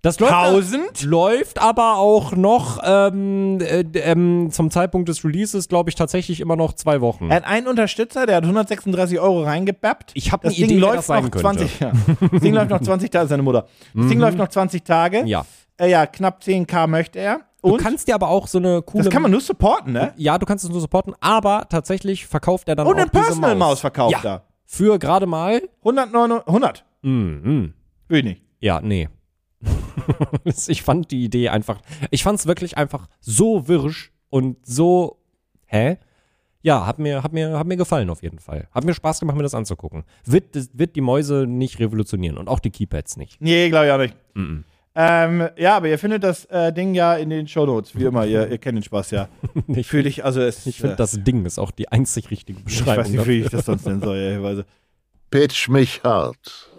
C: Das läuft,
B: 1000?
C: läuft aber auch noch ähm, äh, d- ähm, zum Zeitpunkt des Releases, glaube ich, tatsächlich immer noch zwei Wochen.
B: Er hat einen Unterstützer, der hat 136 Euro reingebappt.
C: Ich hab
B: das
C: eine
B: Ding
C: Idee, wer
B: läuft
C: das sein
B: noch
C: könnte. Mhm.
B: 20, ja. Das Ding läuft noch 20 Tage, seine Mutter. Das Ding läuft noch 20 Tage.
C: ja.
B: Äh, ja, knapp 10k möchte er.
C: Du
B: Und
C: kannst dir aber auch so eine coole.
B: das kann man nur supporten, ne?
C: ja, du kannst es nur supporten, aber tatsächlich verkauft er dann
B: Und
C: auch
B: eine
C: diese
B: Personal Maus verkauft
C: ja,
B: er.
C: Für gerade mal.
B: 109, 100.
C: Mhm.
B: Will ich nicht.
C: Ja, nee. ich fand die Idee einfach, ich fand es wirklich einfach so wirsch und so, hä? Ja, hat mir, hat, mir, hat mir gefallen auf jeden Fall. Hat mir Spaß gemacht, mir das anzugucken. Wird, das- wird die Mäuse nicht revolutionieren und auch die Keypads nicht.
B: Nee, glaube ich auch nicht.
C: Mhm.
B: Ähm, ja, aber ihr findet das äh, Ding ja in den Shownotes, wie immer. Ihr, ihr kennt den Spaß ja.
C: Ich
B: Für dich, also es,
C: Ich finde,
B: äh,
C: das Ding ist auch die einzig richtige
B: ich
C: Beschreibung.
B: weiß nicht,
C: dafür.
B: wie ich das sonst nennen soll, ehrlicherweise.
A: Pitch mich hart.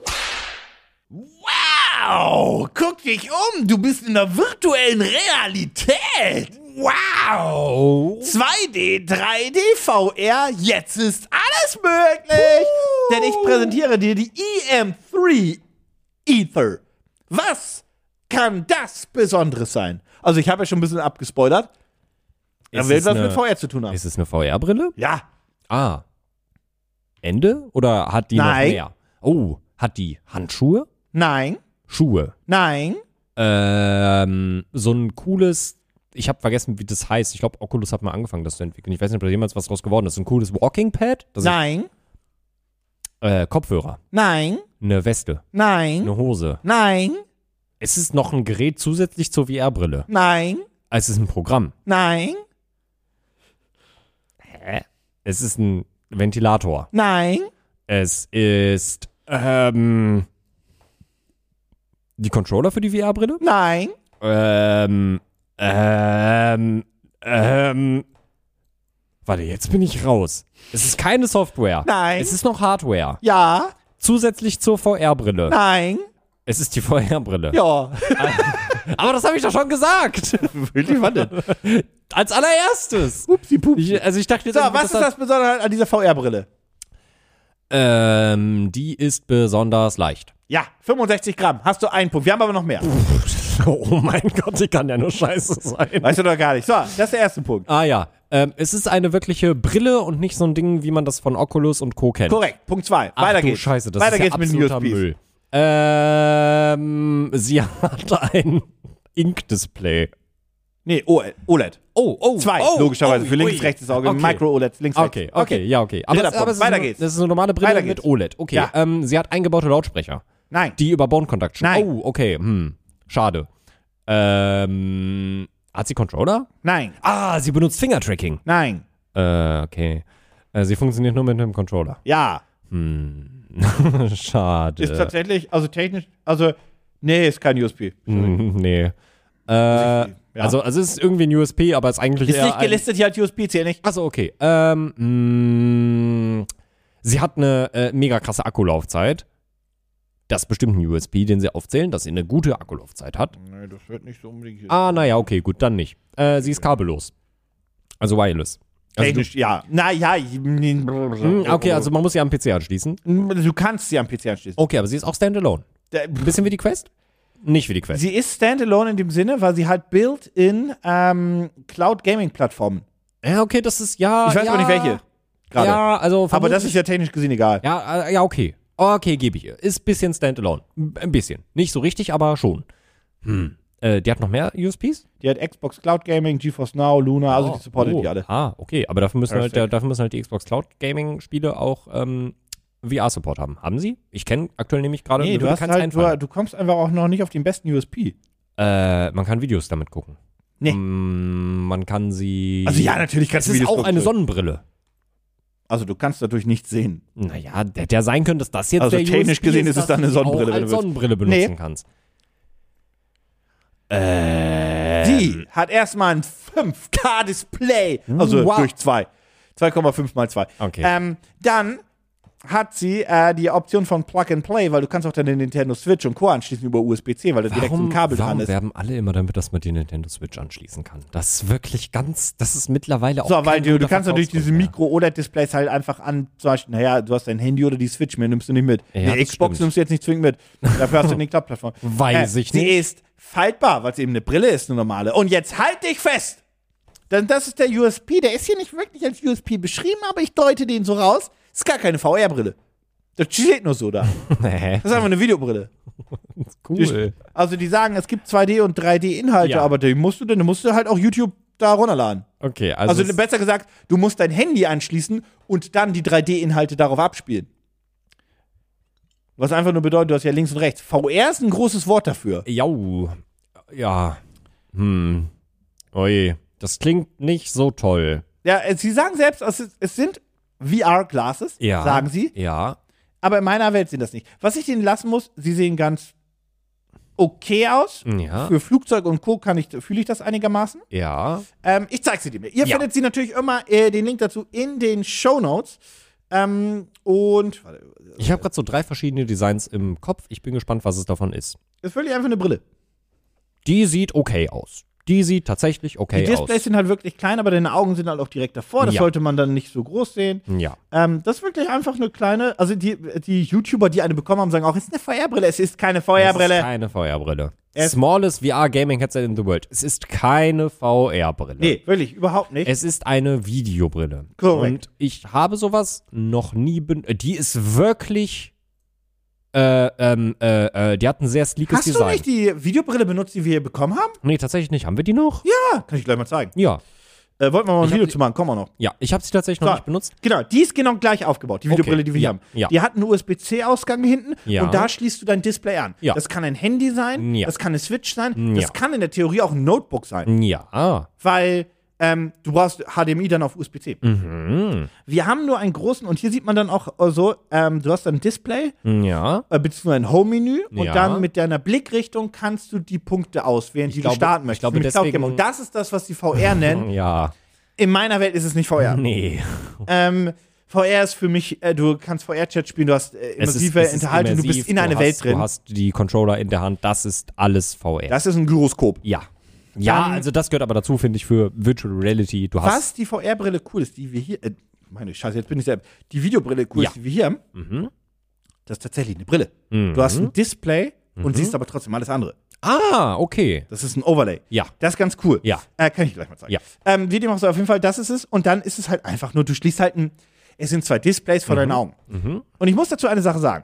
B: Wow, guck dich um, du bist in der virtuellen Realität. Wow. 2D, 3D, VR, jetzt ist alles möglich. Denn ich präsentiere dir die EM3 Ether. Was kann das Besonderes sein? Also ich habe ja schon ein bisschen abgespoilert. Er
C: Ist
B: will
C: es
B: was
C: eine-
B: mit VR zu tun haben.
C: Ist es eine VR-Brille?
B: Ja,
C: Ah. Ende? Oder hat die
B: Nein.
C: noch mehr? Oh, hat die Handschuhe?
B: nein,
C: Schuhe.
B: nein.
C: Ähm, so ein cooles, ich habe vergessen, wie das heißt. Ich glaube, Oculus hat mal angefangen, das zu entwickeln. Ich weiß nicht, ob da jemals was draus geworden ist. Ein cooles Walking Pad? Das
B: Nein,
C: Ist, äh, Kopfhörer.
B: nein,
C: Eine Weste.
B: nein,
C: Eine Hose.
B: nein,
C: Es ist noch ein Gerät zusätzlich zur VR-Brille.
B: nein,
C: Es ist ein Programm.
B: nein,
C: Es ist ein Ventilator.
B: nein.
C: Es ist, ähm, die Controller für die VR-Brille?
B: Nein.
C: Ähm, ähm, ähm. Warte, jetzt bin ich raus. Es ist keine Software.
B: Nein.
C: Es ist noch Hardware.
B: Ja.
C: Zusätzlich zur VR-Brille.
B: Nein.
C: Es ist die VR-Brille.
B: Ja.
C: Aber das habe ich doch schon gesagt.
B: Wirklich, warte.
C: Als allererstes.
B: Upsi, pups.
C: Ich, also ich dachte jetzt,
B: So,
C: irgendwie,
B: was ist
C: dass
B: das Besondere an dieser VR-Brille?
C: Ähm, die ist besonders leicht.
B: Ja, 65 Gramm. Hast du einen Punkt. Wir haben aber noch mehr.
C: Oh mein Gott, die kann ja nur scheiße sein.
B: Weißt du doch gar nicht. So, das ist der erste Punkt.
C: Ah ja. Ähm, es ist eine wirkliche Brille und nicht so ein Ding, wie man das von Oculus und Co. kennt.
B: Korrekt. Punkt 2.
C: Ach
B: Weiter
C: du
B: geht's.
C: Scheiße, das
B: Weiter
C: ist ja
B: geht's mit den
C: absoluter
B: USBs.
C: Müll. Ähm, sie hat ein Ink-Display.
B: Nee, OLED. OLED.
C: Oh, oh.
B: E Zwei,
C: oh,
B: logischerweise. Für
C: oh,
B: links,
C: ui.
B: rechts ist Auge.
C: Okay.
B: Micro-OLED. E Links,
C: Okay, okay,
B: rechts.
C: ja, okay. Aber,
B: Dritter
C: es, aber
B: Punkt.
C: es
B: Weiter
C: ist, eine-
B: geht's.
C: das ist eine normale Brille
B: Weiter
C: mit
B: geht's.
C: OLED. Okay,
B: Ja.
C: ähm, sie hat eingebaute Lautsprecher,
B: Nein.
C: die über Bone-Conduction.
B: Nein.
C: Oh, okay, hm, schade. Ähm, hat sie Controller?
B: Nein.
C: Ah, sie benutzt Finger-Tracking.
B: Nein.
C: Äh, okay. Äh, sie funktioniert nur mit einem Controller.
B: Ja.
C: schade.
B: Ist tatsächlich, also technisch, also, nee, ist kein USB.
C: Mm, Nee. Äh, Also, also es ist irgendwie ein USP, aber es ist eigentlich
B: Ist
C: eher
B: nicht
C: ein-
B: gelistet, hier hat USB-C nicht.
C: Achso, okay. Ähm, mm, sie hat eine äh, mega krasse Akkulaufzeit. Das ist bestimmt ein USP, den sie aufzählen, dass sie eine gute Akkulaufzeit hat.
B: Nee, das wird nicht so unbedingt hier.
C: Ah, naja, okay, gut, dann nicht. Äh, sie ist kabellos. Also wireless. Also
B: Technisch, ja. Naja,
C: du,
B: ich-
C: Hm, okay, also man muss sie am PC anschließen.
B: Du kannst sie am PC anschließen.
C: Okay, aber sie ist auch standalone.
B: Der-
C: Ein bisschen wie die Quest? Nicht wie die Quest.
B: Sie ist standalone in dem Sinne, weil sie halt built-in ähm, Cloud-Gaming-Plattformen.
C: Ja, okay, das ist ja.
B: Ich weiß
C: ja,
B: aber nicht welche. Gerade.
C: Ja, also
B: aber das
C: vermutlich-
B: ist ja technisch gesehen egal.
C: Ja, äh, ja, okay. Okay, gebe ich ihr. Ist ein bisschen standalone. M- Ein bisschen. Nicht so richtig, aber schon. Hm. Äh, die hat noch mehr USPs?
B: Die hat Xbox Cloud Gaming, GeForce Now, Luna, also die supportet die alle.
C: Ah, okay. Aber dafür müssen, halt,
B: Perfekt.
C: da- dafür müssen halt die Xbox Cloud Gaming Spiele auch ähm, VR-Support haben. Haben sie? Ich kenne aktuell nämlich gerade
B: Nee,
C: mir
B: du,
C: würde
B: hast
C: keins
B: halt, du,
C: einfallen.
B: du kommst einfach auch noch nicht auf den besten USP.
C: äh, man kann Videos damit gucken.
B: Nee.
C: Mm, man kann sie.
B: Also ja, natürlich
C: Es
B: kannst du
C: ist
B: Videos
C: auch
B: gucken.
C: eine Sonnenbrille.
B: Also du kannst dadurch nichts sehen.
C: Naja, der, der sein könnte, dass das jetzt
B: Also
C: der
B: technisch
C: USB
B: gesehen ist es
C: dass
B: dann eine
C: du die
B: Sonnenbrille,
C: auch
B: wenn du
C: als
B: willst.
C: Sonnenbrille benutzen
B: Nee.
C: kannst. Ähm,
B: Sie hat erstmal ein 5K-Display. Also
C: Hm, Wow.
B: durch 2. 2,5 mal 2.
C: Okay.
B: Ähm, dann hat sie äh, die Option von Plug and Play, weil du kannst auch deine Nintendo Switch und Co. anschließen über USB-C, weil da direkt so ein
C: Warum,
B: Kabel
C: warum
B: dran ist.
C: werben alle immer damit, dass man die Nintendo Switch anschließen kann? Das ist wirklich ganz, das ist mittlerweile auch
B: So, weil
C: kein
B: du, du
C: guter
B: kannst natürlich diese Mikro-
C: Verkaufsgrund
B: oder Displays halt einfach an, zum Beispiel, naja, du hast dein Handy oder die Switch, mehr nimmst du nicht mit.
C: Ja,
B: die
C: das
B: Xbox
C: stimmt.
B: nimmst du jetzt nicht zwingend mit. Dafür hast du eine Klappplattform.
C: Weiß ich
B: Sie
C: nicht.
B: ist faltbar, weil es eben eine Brille ist, eine normale. Und jetzt halt dich fest! Denn das ist der USP, der ist hier nicht wirklich als USP beschrieben, aber ich deute den so raus. Ist gar keine VR-Brille. Das steht nur so da.
C: mehr. Hä?
B: Das ist einfach eine Videobrille.
C: cool.
B: Also die sagen, es gibt 2D und 3D-Inhalte,
C: Ja.
B: aber die musst du denn, du musst du halt auch YouTube da runterladen.
C: Okay, also,
B: Also
C: es-
B: besser gesagt, du musst dein Handy anschließen und dann die 3D-Inhalte darauf abspielen. Was einfach nur bedeutet, du hast ja links und rechts. VR ist ein großes Wort dafür.
C: Jau. Ja. Hm. Oje. Das klingt nicht so toll.
B: Ja, äh, sie sagen selbst, es, ist- es sind VR-Glasses,
C: Ja.
B: sagen sie,
C: Ja.
B: aber in meiner Welt sind das nicht. Was ich denen lassen muss, sie sehen ganz okay aus.
C: Ja.
B: Für Flugzeug und Co. kann ich, fühle ich das einigermaßen.
C: Ja.
B: Ähm, ich zeig sie dir. Ihr
C: Ja.
B: findet sie natürlich immer, äh, den Link dazu in den Show Notes. Ähm, und warte,
C: Ich habe gerade so drei verschiedene Designs im Kopf. Ich bin gespannt, was es davon ist.
B: es ist wirklich einfach eine Brille.
C: Die sieht okay aus. Die sieht tatsächlich okay
B: Die Displays
C: aus.
B: sind halt wirklich klein, aber deine Augen sind halt auch direkt davor. Das
C: Ja.
B: sollte man dann nicht so groß sehen.
C: Ja.
B: Ähm, das ist wirklich einfach eine kleine. Also die, die YouTuber, die eine bekommen haben, sagen auch, es ist eine VR-Brille. Es ist keine
C: Es ist
B: VR-Brille.
C: keine VR-Brille.
B: Es-
C: Smallest VR Gaming Headset in the world. Es ist keine VR-Brille.
B: Nee, wirklich, überhaupt nicht.
C: Es ist eine Videobrille.
B: Korrekt.
C: Und ich habe sowas noch nie ben äh, Die ist wirklich. Äh, ähm, äh, äh, die hat ein sehr sleekes
B: Hast
C: Design.
B: du nicht die Videobrille benutzt, die wir hier bekommen haben?
C: Nee, tatsächlich nicht. Haben wir die noch?
B: Ja, kann ich gleich mal zeigen.
C: Ja.
B: Äh, wollten wir mal ein
C: Ich hab
B: Video
C: die-
B: zu machen, kommen wir noch.
C: Ja, ich habe sie tatsächlich noch
B: So.
C: nicht benutzt.
B: Genau, die ist genau gleich aufgebaut, die Videobrille,
C: Okay,
B: die wir hier
C: ja,
B: haben.
C: ja.
B: Die hat einen USB-C-Ausgang hinten
C: Ja.
B: und da schließt du dein Display an.
C: Ja.
B: Das kann ein Handy sein,
C: Ja.
B: das kann eine Switch sein,
C: Ja.
B: das kann in der Theorie auch ein Notebook sein.
C: Ja. Ah.
B: weil ähm, du brauchst HDMI dann auf USB-C.
C: Mhm.
B: Wir haben nur einen großen, und hier sieht man dann auch äh, so, ähm, du hast ein Display,
C: Ja.
B: äh, beziehungsweise ein Home-Menü, und
C: Ja.
B: dann mit deiner Blickrichtung kannst du die Punkte auswählen, die
C: glaube-
B: du starten
C: ich
B: möchtest.
C: glaube,
B: Nämlich
C: deswegen-
B: Cloud Gaming. Und das ist das, was die VR nennen.
C: Ja.
B: In meiner Welt ist es nicht VR.
C: Nee.
B: Ähm, VR ist für mich, äh, du kannst VR-Chat spielen, du hast äh, immersive Unterhaltung, du bist in
C: du
B: eine
C: hast,
B: Welt
C: Du
B: drin.
C: hast die Controller in der Hand. Das ist alles VR.
B: Das ist ein Gyroskop.
C: ja. Ja,
B: Ähm,
C: also das gehört aber dazu, finde ich, für Virtual Reality. Du hast.
B: Was die VR-Brille cool ist, die wir hier, äh, meine Scheiße, jetzt bin ich selbst, die Videobrille cool
C: Ja. Mhm.
B: ist, die wir hier haben, das ist tatsächlich eine Brille. Du hast ein Display
C: Mhm.
B: und siehst aber trotzdem alles andere.
C: Ah, okay.
B: Das ist ein Overlay.
C: Ja.
B: Das ist ganz cool.
C: Ja.
B: Äh, kann ich gleich mal zeigen.
C: Ja.
B: Ähm, wie dem auch sei, auf jeden Fall, das ist es. Und dann ist es halt einfach nur, du schließt halt ein, es sind zwei Displays
C: Mhm.
B: vor deinen Augen. Und ich muss dazu eine Sache sagen.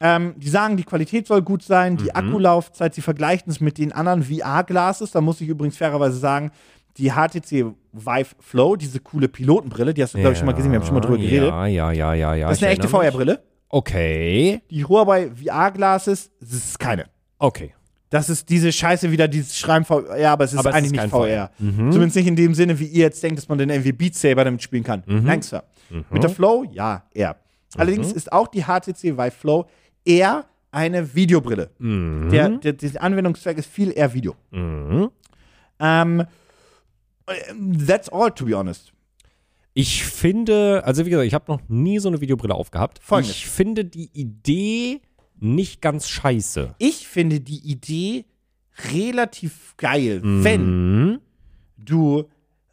B: Ähm, die sagen, die Qualität soll gut sein,
C: Mhm.
B: die Akkulaufzeit, sie vergleichen es mit den anderen VR-Glases. Da muss ich übrigens fairerweise sagen, die HTC Vive Flow, diese coole Pilotenbrille, die hast du, glaube ich, schon mal gesehen, wir haben schon mal drüber
C: ja,
B: geredet.
C: Ja, ja, ja, ja, ja.
B: Das ist eine
C: ich
B: echte
C: erinnere mich.
B: VR-Brille.
C: Okay.
B: Die Huawei VR-Glases, das ist keine.
C: Okay.
B: Das ist diese Scheiße wieder, dieses Schreiben VR, ja, aber es ist
C: Aber es
B: eigentlich
C: ist
B: nicht
C: kein Mhm.
B: VR. Zumindest nicht in dem Sinne, wie ihr jetzt denkt, dass man den irgendwie Beat Saber damit spielen kann.
C: Mhm.
B: Nein, Sir. Mit der Flow, ja, eher. Allerdings ist auch die HTC Vive Flow eher eine Videobrille.
C: Mhm.
B: Der, der, der Anwendungszweck ist viel eher Video. Ähm, that's all, to be honest.
C: Ich finde, also wie gesagt, ich habe noch nie so eine Videobrille aufgehabt.
B: Folgendes.
C: Ich finde die Idee nicht ganz scheiße.
B: Ich finde die Idee relativ geil, wenn
C: Mhm.
B: du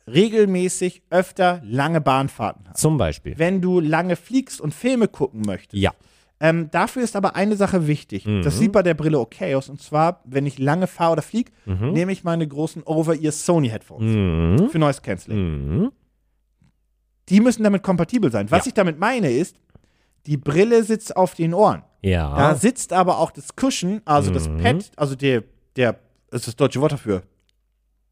B: regelmäßig öfter lange Bahnfahrten hast.
C: Zum Beispiel.
B: wenn du lange fliegst und Filme gucken möchtest.
C: Ja. Mhm.
B: Ähm, dafür ist aber eine Sache wichtig. Das sieht bei der Brille okay aus. Und zwar, wenn ich lange fahre oder fliege, nehme ich meine großen Over-Ear Sony Headphones
C: Mhm.
B: für Noise Cancelling.
C: Mhm.
B: Die müssen damit kompatibel sein. Was
C: Ja.
B: ich damit meine ist, die Brille sitzt auf den Ohren. Da
C: Ja.
B: sitzt aber auch das Cushion, also das
C: Mhm.
B: Pad, also der, der, ist das deutsche Wort dafür.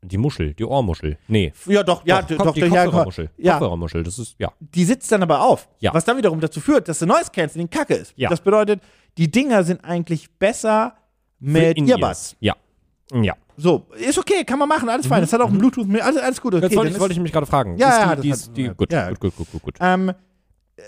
C: Die Muschel, die Ohrmuschel. Nee.
B: Ja, doch, ja,
C: Kopf-
B: doch, doch
C: die
B: ja,
C: Kopfhörermuschel.
B: ja,
C: Kopfhörermuschel, das ist, ja.
B: die sitzt dann aber auf.
C: Ja.
B: Was dann wiederum dazu führt, dass der Noise Cancelling kacke ist.
C: Ja.
B: Das bedeutet, die Dinger sind eigentlich besser mit
C: In-Ears.
B: Earbuds.
C: Ja. Ja.
B: So, ist okay, kann man machen, alles fein. Das hat auch ein Bluetooth, mit, alles, alles gut. Okay,
C: Mhm. Jetzt wollte
B: dann
C: ich,
B: ist-
C: wollte ich mich gerade fragen.
B: Ja,
C: ist
B: ja,
C: die,
B: das
C: die,
B: hat-
C: ist, die,
B: ja,
C: gut,
B: ja.
C: gut, gut, gut, gut, gut.
B: ähm,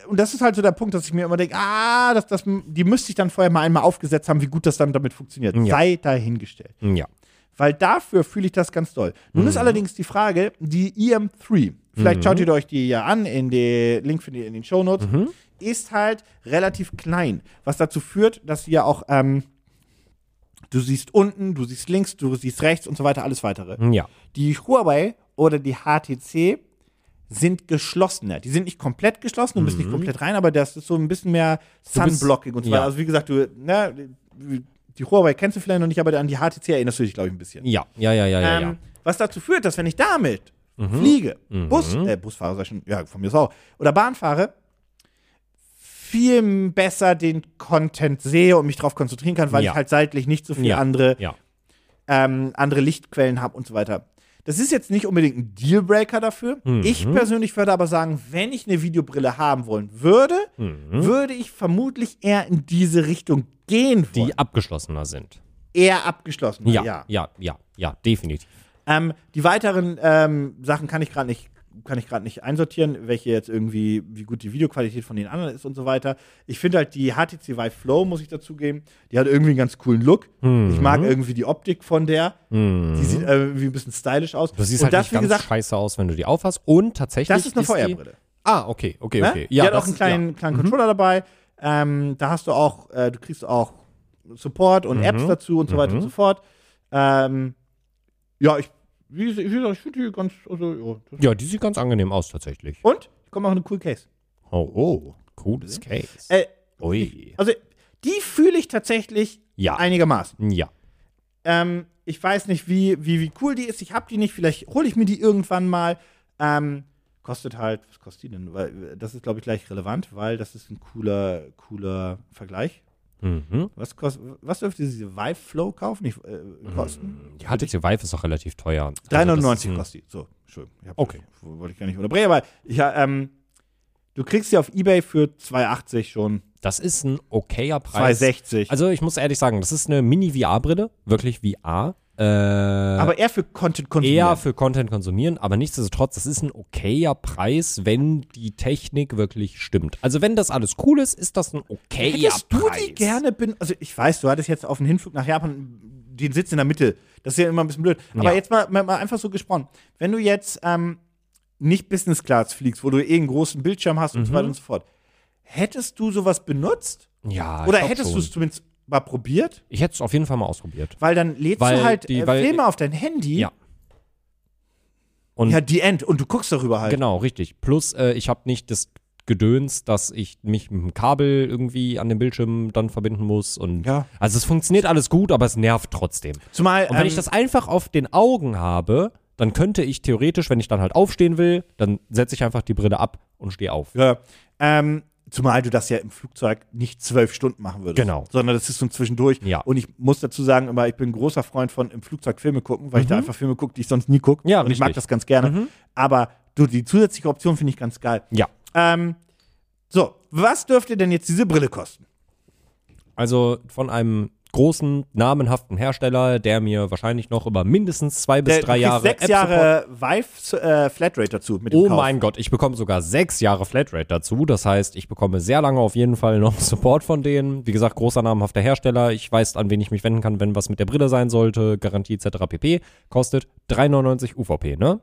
B: und das ist halt so der Punkt, dass ich mir immer denke, ah, das, das, die müsste ich dann vorher mal einmal aufgesetzt haben, wie gut das dann damit funktioniert. Sei dahingestellt.
C: Ja.
B: Mhm. Weil dafür fühle ich das ganz doll. Nun ist allerdings die Frage, die EM3 E Vielleicht schaut ihr euch die ja an, in den Link findet ihr in den Shownotes. Ist halt relativ klein, was dazu führt, dass ihr auch, ähm, du siehst unten, du siehst links, du siehst rechts und so weiter, alles weitere.
C: Ja.
B: Die Huawei oder die HTC sind geschlossener. Die sind nicht komplett geschlossen, du bist nicht komplett rein, aber das ist so ein bisschen mehr
C: bist-
B: Sunblocking und Mhm. so weiter.
C: ja.
B: Also wie gesagt, du, ne, die Huawei kennst du vielleicht noch nicht, aber an die HTC erinnerst du dich, glaube ich, ein bisschen.
C: Ja, ja, ja, ja, ja. Mhm. ja.
B: Ähm, was dazu führt, dass wenn ich damit fliege, Bus, äh, Busfahrer sag ich schon, ja, von mir ist auch, oder Bahn fahre, viel besser den Content sehe und mich darauf konzentrieren kann, weil
C: Ja.
B: ich halt seitlich nicht so viele
C: Ja.
B: andere,
C: Ja.
B: ähm, andere Lichtquellen habe und so weiter. Das ist jetzt nicht unbedingt ein Dealbreaker dafür. Ich
C: Mhm.
B: persönlich würde aber sagen, wenn ich eine Videobrille haben wollen würde,
C: Mhm.
B: würde ich vermutlich eher in diese Richtung gehen wollen.
C: Die abgeschlossener sind.
B: eher abgeschlossen.
C: Ja, ja, ja, ja, definitiv.
B: Ähm, die weiteren ähm, Sachen kann ich gerade nicht kann ich gerade nicht einsortieren, welche jetzt irgendwie, wie gut die Videoqualität von den anderen ist und so weiter. Ich finde halt die HTC Vive Flow, muss ich dazugeben, die hat irgendwie einen ganz coolen Look.
C: Hm.
B: Ich mag irgendwie die Optik von der. Die sieht äh, irgendwie ein bisschen stylisch aus.
C: Du siehst
B: und
C: halt
B: das,
C: nicht
B: wie
C: ganz
B: gesagt,
C: scheiße aus, wenn du die aufhast. Und tatsächlich.
B: das ist eine
C: die-
B: Feuerbrille.
C: Ah, okay, okay,
B: Ne?
C: okay.
B: die hat auch
C: das- Mhm.
B: einen kleinen, kleinen Controller dabei. Ähm, da hast du auch, äh, du kriegst auch Support und
C: Mhm.
B: Apps dazu und so weiter und so fort. Ähm, ja, ich, wie gesagt, ich finde die ganz, also, ja, das
C: Ja. ja, die sieht ganz angenehm aus, tatsächlich.
B: Und ich komme auch in eine cool Case.
C: Oh, oh. Cooles Case.
B: Äh,
C: Ui.
B: also, die fühle ich tatsächlich
C: Ja.
B: einigermaßen.
C: Ja.
B: Ähm, ich weiß nicht, wie, wie, wie cool die ist. Ich habe die nicht. Vielleicht hole ich mir die irgendwann mal. Ähm, kostet halt, was kostet die denn? Weil, äh, das ist, glaube ich, gleich relevant, weil das ist ein cooler, cooler Vergleich.
C: Mhm.
B: Was, kost, was dürfte diese Vive Flow kaufen? Ich, äh, kosten?
C: Die HTC Vive ist auch relativ teuer. Also das
B: 3,99
C: Hm, ist ein-
B: kostet die. So, Entschuldigung. Ich hab-
C: Okay.
B: Wollte ich gar nicht unterbrechen, aber ja, ähm, du kriegst sie auf Ebay für 2,80 schon.
C: Das ist ein okayer Preis.
B: 2,60.
C: Also ich muss ehrlich sagen, das ist eine Mini-VR-Brille, wirklich VR. Äh, aber
B: aber eher für Content konsumieren.
C: eher für Content konsumieren, aber nichtsdestotrotz, das ist ein okayer Preis, wenn die Technik wirklich stimmt. Also wenn das alles cool ist, ist das ein okayer
B: Hättest du
C: Preis.
B: die gerne bin also ich weiß, du hattest jetzt auf dem Hinflug nach Japan den Sitz in der Mitte. Das ist ja immer ein bisschen blöd. Aber
C: Ja.
B: jetzt mal, mal, mal einfach so gesprochen. Wenn du jetzt ähm, nicht Business Class fliegst, wo du eh einen großen Bildschirm hast
C: Mhm.
B: und so weiter und so fort, hättest du sowas benutzt?
C: Ja, Ah, ich
B: Oder
C: glaub
B: hättest du
C: schon.
B: es zumindest mal probiert?
C: Ich hätte es auf jeden Fall mal ausprobiert.
B: Weil dann lädst
C: Weil
B: du halt
C: die-
B: äh,
C: weil-
B: Filme auf dein Handy.
C: Ja. Und
B: ja, die End. Und du guckst darüber halt.
C: Genau, richtig. Plus, äh, ich habe nicht das Gedöns, dass ich mich mit dem Kabel irgendwie an den Bildschirm dann verbinden muss. Und
B: Ja.
C: Also es funktioniert alles gut, aber es nervt trotzdem.
B: Zumal,
C: Und wenn
B: ähm,
C: ich das einfach auf den Augen habe, dann könnte ich theoretisch, wenn ich dann halt aufstehen will, dann setze ich einfach die Brille ab und stehe auf.
B: Ja. Ähm, zumal du das ja im Flugzeug nicht zwölf Stunden machen würdest.
C: Genau.
B: Sondern das ist so ein Zwischendurch.
C: Ja.
B: Und ich muss dazu sagen, immer, ich bin ein großer Freund von im Flugzeug Filme gucken, weil ich da einfach Filme gucke, die ich sonst nie gucke.
C: Mhm. Ja,
B: Und ich mag
C: richtig. Mhm.
B: das ganz gerne. Aber du, die zusätzliche Option finde ich ganz geil.
C: Ja.
B: Ähm, so, was dürfte denn jetzt diese Brille kosten?
C: Also von einem großen, namenhaften Hersteller, der mir wahrscheinlich noch über mindestens zwei bis
B: Der-
C: drei
B: du kriegst
C: Jahre
B: sechs
C: App-Support-
B: Jahre Vive äh, Flatrate dazu mit dem
C: Oh
B: Kauf.
C: mein Gott, ich bekomme sogar sechs Jahre Flatrate dazu. Das heißt, ich bekomme sehr lange auf jeden Fall noch Support von denen. Wie gesagt, großer namhafter Hersteller. Ich weiß, an wen ich mich wenden kann, wenn was mit der Brille sein sollte. Garantie etc. pp. Kostet 3,99 UVP, ne?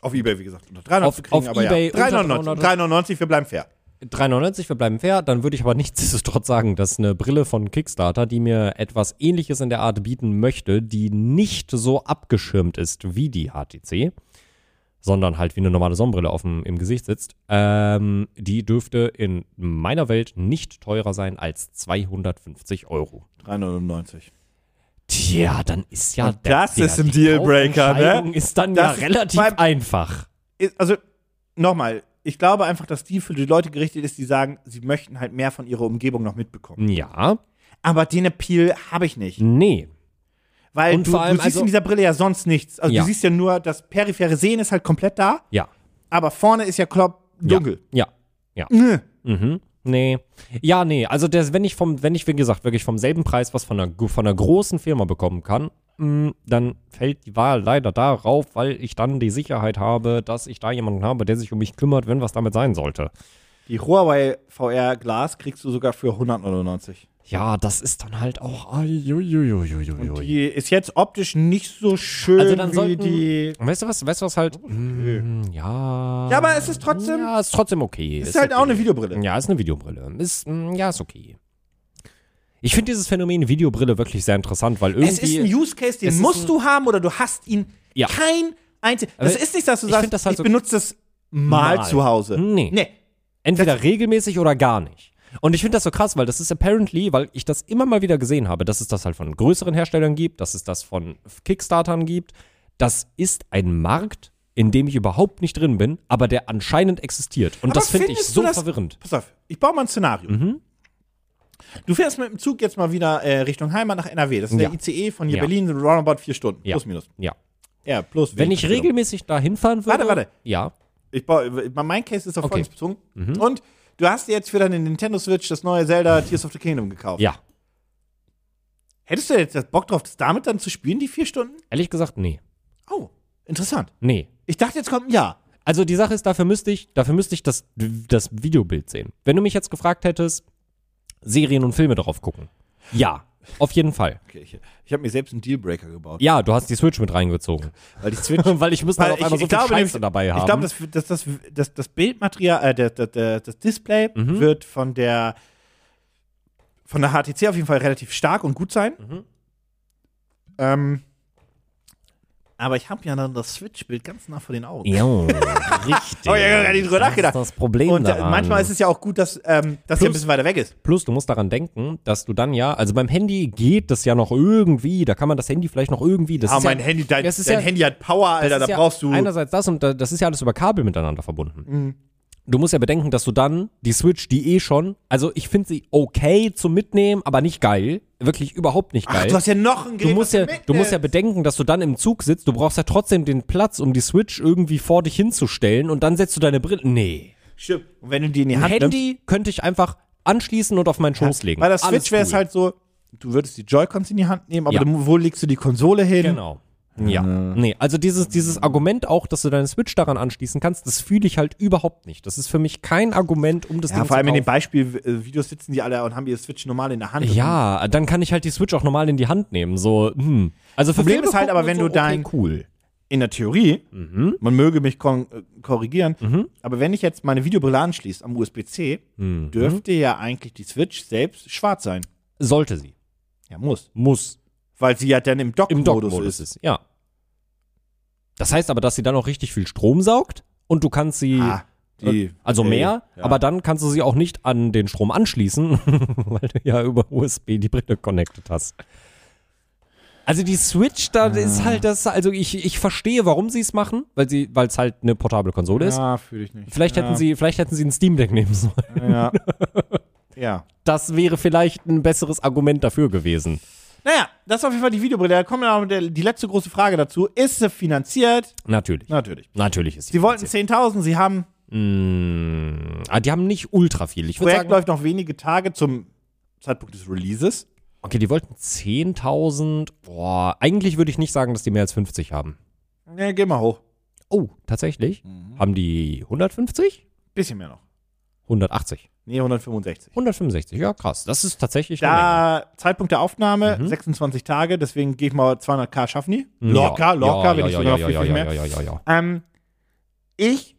B: Auf Ebay, wie gesagt, unter 300
C: Auf-
B: zu kriegen,
C: auf
B: aber
C: eBay
B: ja.
C: unter
B: 399,
C: 300.
B: 399, wir bleiben fair.
C: 3,99, wir bleiben fair. Dann würde ich aber nichtsdestotrotz sagen, dass eine Brille von Kickstarter, die mir etwas Ähnliches in der Art bieten möchte, die nicht so abgeschirmt ist wie die HTC, sondern halt wie eine normale Sonnenbrille auf dem, im Gesicht sitzt, ähm, die dürfte in meiner Welt nicht teurer sein als 250 Euro.
B: 399.
C: Tja, dann ist ja
B: Und das ist ein Dealbreaker, ne?
C: Kaufentscheidung ist dann
B: Das ist
C: ja relativ
B: beim-
C: einfach.
B: ist- also nochmal, ich glaube einfach, dass die für die Leute gerichtet ist, die sagen, sie möchten halt mehr von ihrer Umgebung noch mitbekommen.
C: Ja,
B: Aber den Appeal habe ich nicht.
C: nee.
B: Weil
C: Und
B: du,
C: vor allem,
B: du siehst
C: also-
B: in dieser Brille ja sonst nichts. Also
C: Ja.
B: du siehst ja nur, das periphere Sehen ist halt komplett da,
C: Ja,
B: aber vorne ist ja klopp dunkel.
C: ja, ja.
B: Nö.
C: Mhm. Nee. Ja, nee. Also das, wenn ich vom, wenn ich, wie gesagt, wirklich vom selben Preis was von einer, gro- von einer großen Firma bekommen kann, mm, dann fällt die Wahl leider darauf, weil ich dann die Sicherheit habe, dass ich da jemanden habe, der sich um mich kümmert, wenn was damit sein sollte.
B: Die Huawei VR Glas kriegst du sogar für 199.
C: Ja, das ist dann halt auch. Weißt
B: Die ist jetzt optisch nicht so schön
C: Also dann
B: wie
C: sollten-
B: die. Mhm.
C: du was? Weißt du was halt? Mm, ja.
B: Ja, aber es ist trotzdem.
C: Ja, ist trotzdem okay.
B: ist, halt
C: okay.
B: auch eine Videobrille.
C: Ja, ist eine Videobrille. Ist, mm, ja, ist okay. Ich finde dieses Phänomen Videobrille wirklich sehr interessant, weil irgendwie.
B: Es ist ein Use Case,
C: es
B: den
C: ist
B: musst
C: ein-
B: du haben oder du hast ihn
C: Ja.
B: kein einzig.
C: Aber
B: Das ist nicht, dass du
C: ich
B: sagst,
C: find das halt
B: ich
C: so-
B: benutze das mal,
C: Mal.
B: zu Hause.
C: Nee. Entweder regelmäßig oder gar nicht. Und ich finde das so krass, weil das ist apparently, weil ich das immer mal wieder gesehen habe, dass es das halt von größeren Herstellern gibt, dass es das von Kickstartern gibt. Das ist ein Markt, in dem ich überhaupt nicht drin bin, aber der anscheinend existiert. Und
B: Aber
C: das finde ich
B: findest du
C: so
B: das-
C: verwirrend.
B: Pass auf, ich baue mal ein Szenario.
C: Mhm.
B: Du fährst mit dem Zug jetzt mal wieder äh, Richtung Heimat nach NRW. Das ist
C: Ja.
B: der ICE von hier
C: Ja.
B: Berlin, roundabout vier Stunden.
C: Ja.
B: Plus, minus.
C: Ja.
B: Ja, plus.
C: Wenn ich
B: Entschuldigung.
C: regelmäßig da hinfahren würde.
B: Warte, warte.
C: Ja.
B: Ich baue, äh, mein Case ist auf
C: Okay. Mhm.
B: folgendes bezogen. Und du hast dir jetzt für deine Nintendo Switch das neue Zelda Tears of the Kingdom gekauft.
C: Ja.
B: Hättest du jetzt Bock drauf, das damit dann zu spielen, die vier Stunden?
C: Ehrlich gesagt, nee.
B: Oh, interessant.
C: Nee.
B: Ich dachte, jetzt kommt ein Ja.
C: Also die Sache ist, dafür müsste ich, dafür müsste ich das, das Videobild sehen. Wenn du mich jetzt gefragt hättest, Serien und Filme darauf gucken. Ja, auf jeden Fall.
B: Okay, ich, ich habe mir selbst einen Dealbreaker gebaut.
C: Ja, du hast die Switch mit reingezogen.
B: Weil die Switch.
C: Weil ich müsste dann auf einmal so viel Scheiße dabei haben.
B: Ich glaube, das, das, das, das, das Bildmaterial, äh, das, das, das das Display
C: Mhm.
B: wird von der von der HTC auf jeden Fall relativ stark und gut sein.
C: Mhm.
B: Ähm, aber ich habe ja dann das Switch-Bild ganz nah vor den Augen.
C: ja, richtig.
B: Oh, ich hab gar nicht drüber
C: das
B: nachgedacht.
C: ist das Problem
B: Und äh,
C: daran.
B: manchmal ist es ja auch gut, dass, ähm, dass er ein
C: Plus-
B: bisschen weiter weg ist.
C: Plus, du musst daran denken, dass du dann ja, also beim Handy geht das ja noch irgendwie, da kann man das Handy vielleicht noch irgendwie, das
B: Ah,
C: ist ja,
B: mein Handy, dein,
C: das ist
B: dein
C: ja-
B: Handy hat Power, Alter,
C: Das
B: da
C: ist ja
B: brauchst du. Mhm.
C: Einerseits das und da- das ist ja alles über Kabel miteinander verbunden. Du musst ja bedenken, dass du dann die Switch, die eh schon, also ich finde sie okay zum Mitnehmen, aber nicht geil. Wirklich überhaupt nicht
B: Ach,
C: geil.
B: du hast ja noch ein
C: Du
B: Gerät.
C: musst,
B: was
C: ja, du musst ja
B: mitnimmst.
C: bedenken, dass du dann im Zug sitzt. Du brauchst ja trotzdem den Platz, um die Switch irgendwie vor dich hinzustellen und dann setzt du deine Brille. Nee.
B: Stimmt. Und wenn du die in die
C: Ein
B: Hand nimmst,
C: Handy könnte ich einfach anschließen und auf meinen Schoß legen.
B: Bei der
C: Alles
B: Switch wäre es
C: cool.
B: halt so, du würdest die Joy-Cons in die Hand nehmen, aber
C: Ja.
B: dann, wo legst du die Konsole hin?
C: Genau. Ja.
B: Äh.
C: Nee, also dieses, dieses Argument auch, dass du deine Switch daran anschließen kannst, das fühle ich halt überhaupt nicht. Das ist für mich kein Argument, um das
B: Ja,
C: Ding
B: vor allem
C: zu
B: in den
C: kaufen.
B: Beispielvideos sitzen die alle und haben ihre Switch normal in der Hand.
C: Ja, dann kann ich halt die Switch auch normal in die Hand nehmen. So, hm. Also für
B: Problem
C: Filme
B: ist halt
C: gucken
B: aber,
C: und
B: wenn
C: so,
B: du dein-
C: Okay, cool.
B: In der Theorie,
C: Mhm.
B: man möge mich kon- äh, korrigieren, aber wenn ich jetzt meine Videobrille anschließe am USB-C,
C: Mhm.
B: dürfte ja eigentlich die Switch selbst schwarz sein.
C: Sollte sie.
B: Ja, muss.
C: Muss.
B: Weil sie ja dann im
C: Im
B: Dock-Modus ist.
C: Dock-Modus ist. Ja. Das heißt aber, dass sie dann auch richtig viel Strom saugt und du kannst sie.
B: Ah, die-
C: also
B: äh,
C: mehr,
B: ja.
C: aber dann kannst du sie auch nicht an den Strom anschließen, weil du ja über USB die Brille connected hast. Also die Switch, da
B: Ah.
C: ist halt das, also ich, ich verstehe, warum sie es machen, weil sie, weil es halt eine portable Konsole ist.
B: Ja, fühle ich nicht.
C: Vielleicht hätten sie, vielleicht hätten sie einen Steam Deck nehmen sollen.
B: Ja. ja.
C: Das wäre vielleicht ein besseres Argument dafür gewesen.
B: Naja, das ist auf jeden Fall die Videobrille. Da kommt dann auch mit der- die letzte große Frage dazu. Ist sie finanziert?
C: Natürlich.
B: Natürlich.
C: Natürlich ist
B: Sie wollten 10.000, sie haben.
C: Mm, ah, die haben nicht ultra viel. Ich würde
B: Projekt
C: sagen,
B: läuft noch wenige Tage zum Zeitpunkt des Releases.
C: okay, die wollten 10.000. Boah, eigentlich würde ich nicht sagen, dass die mehr als 50 haben.
B: Ne, geh mal hoch.
C: Oh, tatsächlich?
B: Mhm.
C: Haben die 150?
B: Bisschen mehr noch.
C: 180.
B: Nee, 165.
C: 165, ja krass. Das ist tatsächlich eine Menge.
B: Da, Zeitpunkt der Aufnahme,
C: Mhm.
B: 26 Tage, deswegen gehe ich mal 200k schaffen die.
C: Hm,
B: Locker,
C: ja.
B: locker,
C: ja,
B: wenn
C: ja,
B: ich
C: ja,
B: sogar
C: ja,
B: noch viel,
C: ja,
B: viel
C: ja,
B: mehr.
C: ja, ja, ja, ja.
B: Ähm, ich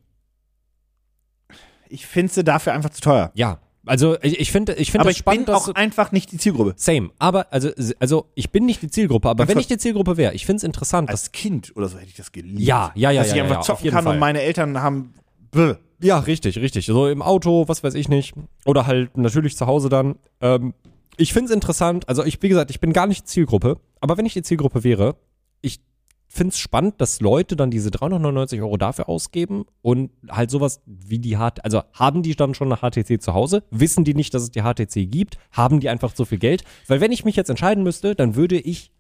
B: ich finde sie dafür einfach zu teuer.
C: Ja, also ich, ich finde ich finde
B: aber
C: das
B: ich
C: spannend,
B: bin
C: dass
B: auch einfach nicht die Zielgruppe.
C: Same, aber also, also ich bin nicht die Zielgruppe, aber
B: Ganz
C: wenn
B: kurz.
C: ich die Zielgruppe wäre, ich finde es interessant, dass
B: Als Kind oder so hätte ich das geliebt.
C: Ja, ja, ja,
B: Dass
C: ja,
B: ich
C: ja,
B: einfach
C: ja, auf
B: zocken
C: jeden
B: kann
C: Fall.
B: und meine Eltern haben. Bäh.
C: Ja, richtig, richtig. So im Auto, was weiß ich nicht. Oder halt natürlich zu Hause dann. Ähm, ich find's interessant. Also ich, wie gesagt, ich bin gar nicht Zielgruppe. Aber wenn ich die Zielgruppe wäre, ich find's spannend, dass Leute dann diese 399 Euro dafür ausgeben und halt sowas wie die HTC, also haben die dann schon eine HTC zu Hause? Wissen die nicht, dass es die HTC gibt? Haben die einfach zu viel Geld? Weil wenn ich mich jetzt entscheiden müsste, dann würde ich,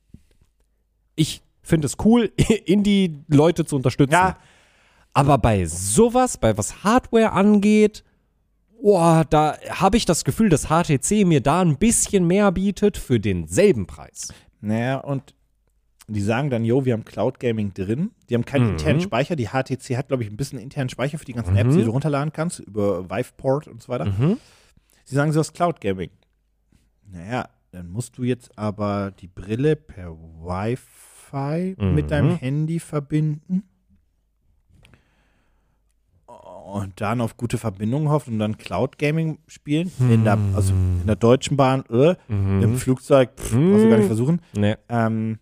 C: ich finde es cool, Indie-Leute zu unterstützen.
B: Ja,
C: Aber bei sowas, bei was Hardware angeht, boah, da habe ich das Gefühl, dass HTC mir da ein bisschen mehr bietet für denselben Preis.
B: Naja, und die sagen dann, jo, wir haben Cloud Gaming drin. Die haben keinen internen Speicher. Die HTC hat, glaube ich, ein bisschen internen Speicher für die ganzen Apps, die du runterladen kannst, über Viveport und so weiter. Sie sagen, sie hast Cloud Gaming. Naja, dann musst du jetzt aber die Brille per Wi-Fi mit deinem Handy verbinden. Und dann auf gute Verbindungen hoffen und dann Cloud Gaming spielen. In, der, also in der Deutschen Bahn, äh, im Flugzeug, pff, brauchst du gar nicht versuchen.
C: Nee.
B: Ähm,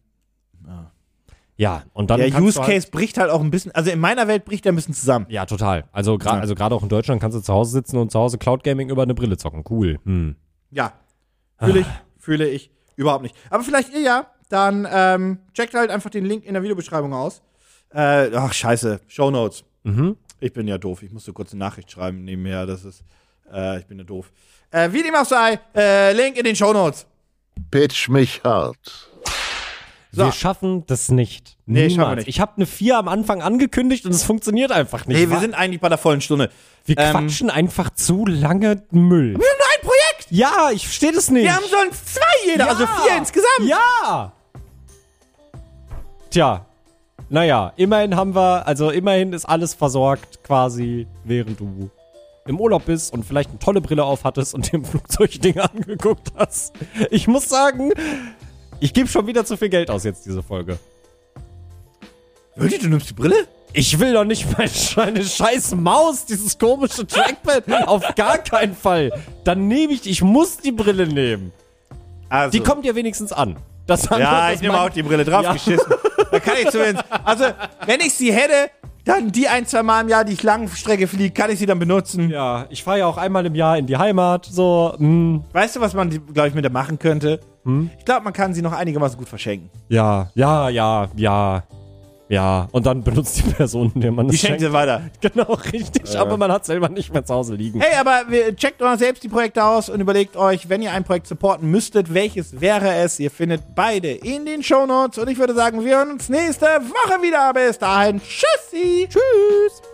C: Ja, und dann.
B: der
C: kannst
B: Use
C: du
B: Case
C: halt-
B: bricht halt auch ein bisschen, also in meiner Welt bricht er ein bisschen zusammen.
C: Ja, total. Also gerade also gerade auch in Deutschland kannst du zu Hause sitzen und zu Hause Cloud Gaming über eine Brille zocken. Cool. Hm.
B: Ja.
C: Ah.
B: Fühle ich, fühle ich überhaupt nicht. Aber vielleicht ihr ja, dann ähm, checkt halt einfach den Link in der Videobeschreibung aus. Äh, ach, scheiße, Shownotes.
C: Mhm.
B: Ich bin ja doof. Ich musste kurz eine Nachricht schreiben nebenher. Das ist, äh, ich bin ja doof. Äh, wie dem auch sei, äh, Link in den Shownotes.
A: Pitch mich hart.
B: So.
C: Wir schaffen das nicht.
B: Nee,
C: Niemals.
B: schaffen wir nicht.
C: Ich habe eine 4 am Anfang angekündigt und es funktioniert einfach nicht.
B: Nee, wir
C: Wa-
B: sind eigentlich bei der vollen Stunde.
C: wir
B: ähm,
C: quatschen einfach zu lange
B: Wir
C: Müll.
B: haben nur ein Projekt.
C: Ja, ich verstehe das nicht.
B: Wir haben schon zwei jeder, also vier insgesamt.
C: Ja! Tja. Naja, immerhin haben wir, also immerhin ist alles versorgt, quasi, während du im Urlaub bist und vielleicht eine tolle Brille auf hattest und dir im Flugzeug Dinge angeguckt hast. Ich muss sagen, ich gebe schon wieder zu viel Geld aus jetzt, diese Folge.
B: Wirklich, du nimmst die Brille?
C: Ich will doch nicht meine meine scheiß Maus, dieses komische Trackpad, auf gar keinen Fall. Dann nehme ich, ich muss die Brille nehmen.
B: Also.
C: Die kommt ja wenigstens an. Das
B: Ja,
C: andere-
B: ich
C: das
B: nehme auch
C: mein-
B: die Brille drauf,
C: Ja.
B: geschissen. Da kann ich zumindest. Also, wenn ich sie hätte, dann die ein, zwei Mal im Jahr, die ich Langstrecke fliege, kann ich sie dann benutzen.
C: Ja, ich fahre ja auch einmal im Jahr in die Heimat, so. mm,
B: Weißt du, was man, glaube ich, mit der machen könnte?
C: Hm?
B: Ich glaube, man kann sie noch einigermaßen gut verschenken.
C: ja, ja, ja, ja. Ja, und dann benutzt die Person, der man
B: Die
C: es
B: schenkt sie
C: schenkt.
B: weiter.
C: Genau, richtig, aber man hat selber nicht mehr zu Hause liegen.
B: Hey, aber wir- checkt mal selbst die Projekte aus und überlegt euch, wenn ihr ein Projekt supporten müsstet, welches wäre es? Ihr findet beide in den Shownotes und ich würde sagen, wir hören uns nächste Woche wieder. Bis dahin, tschüssi. Tschüss.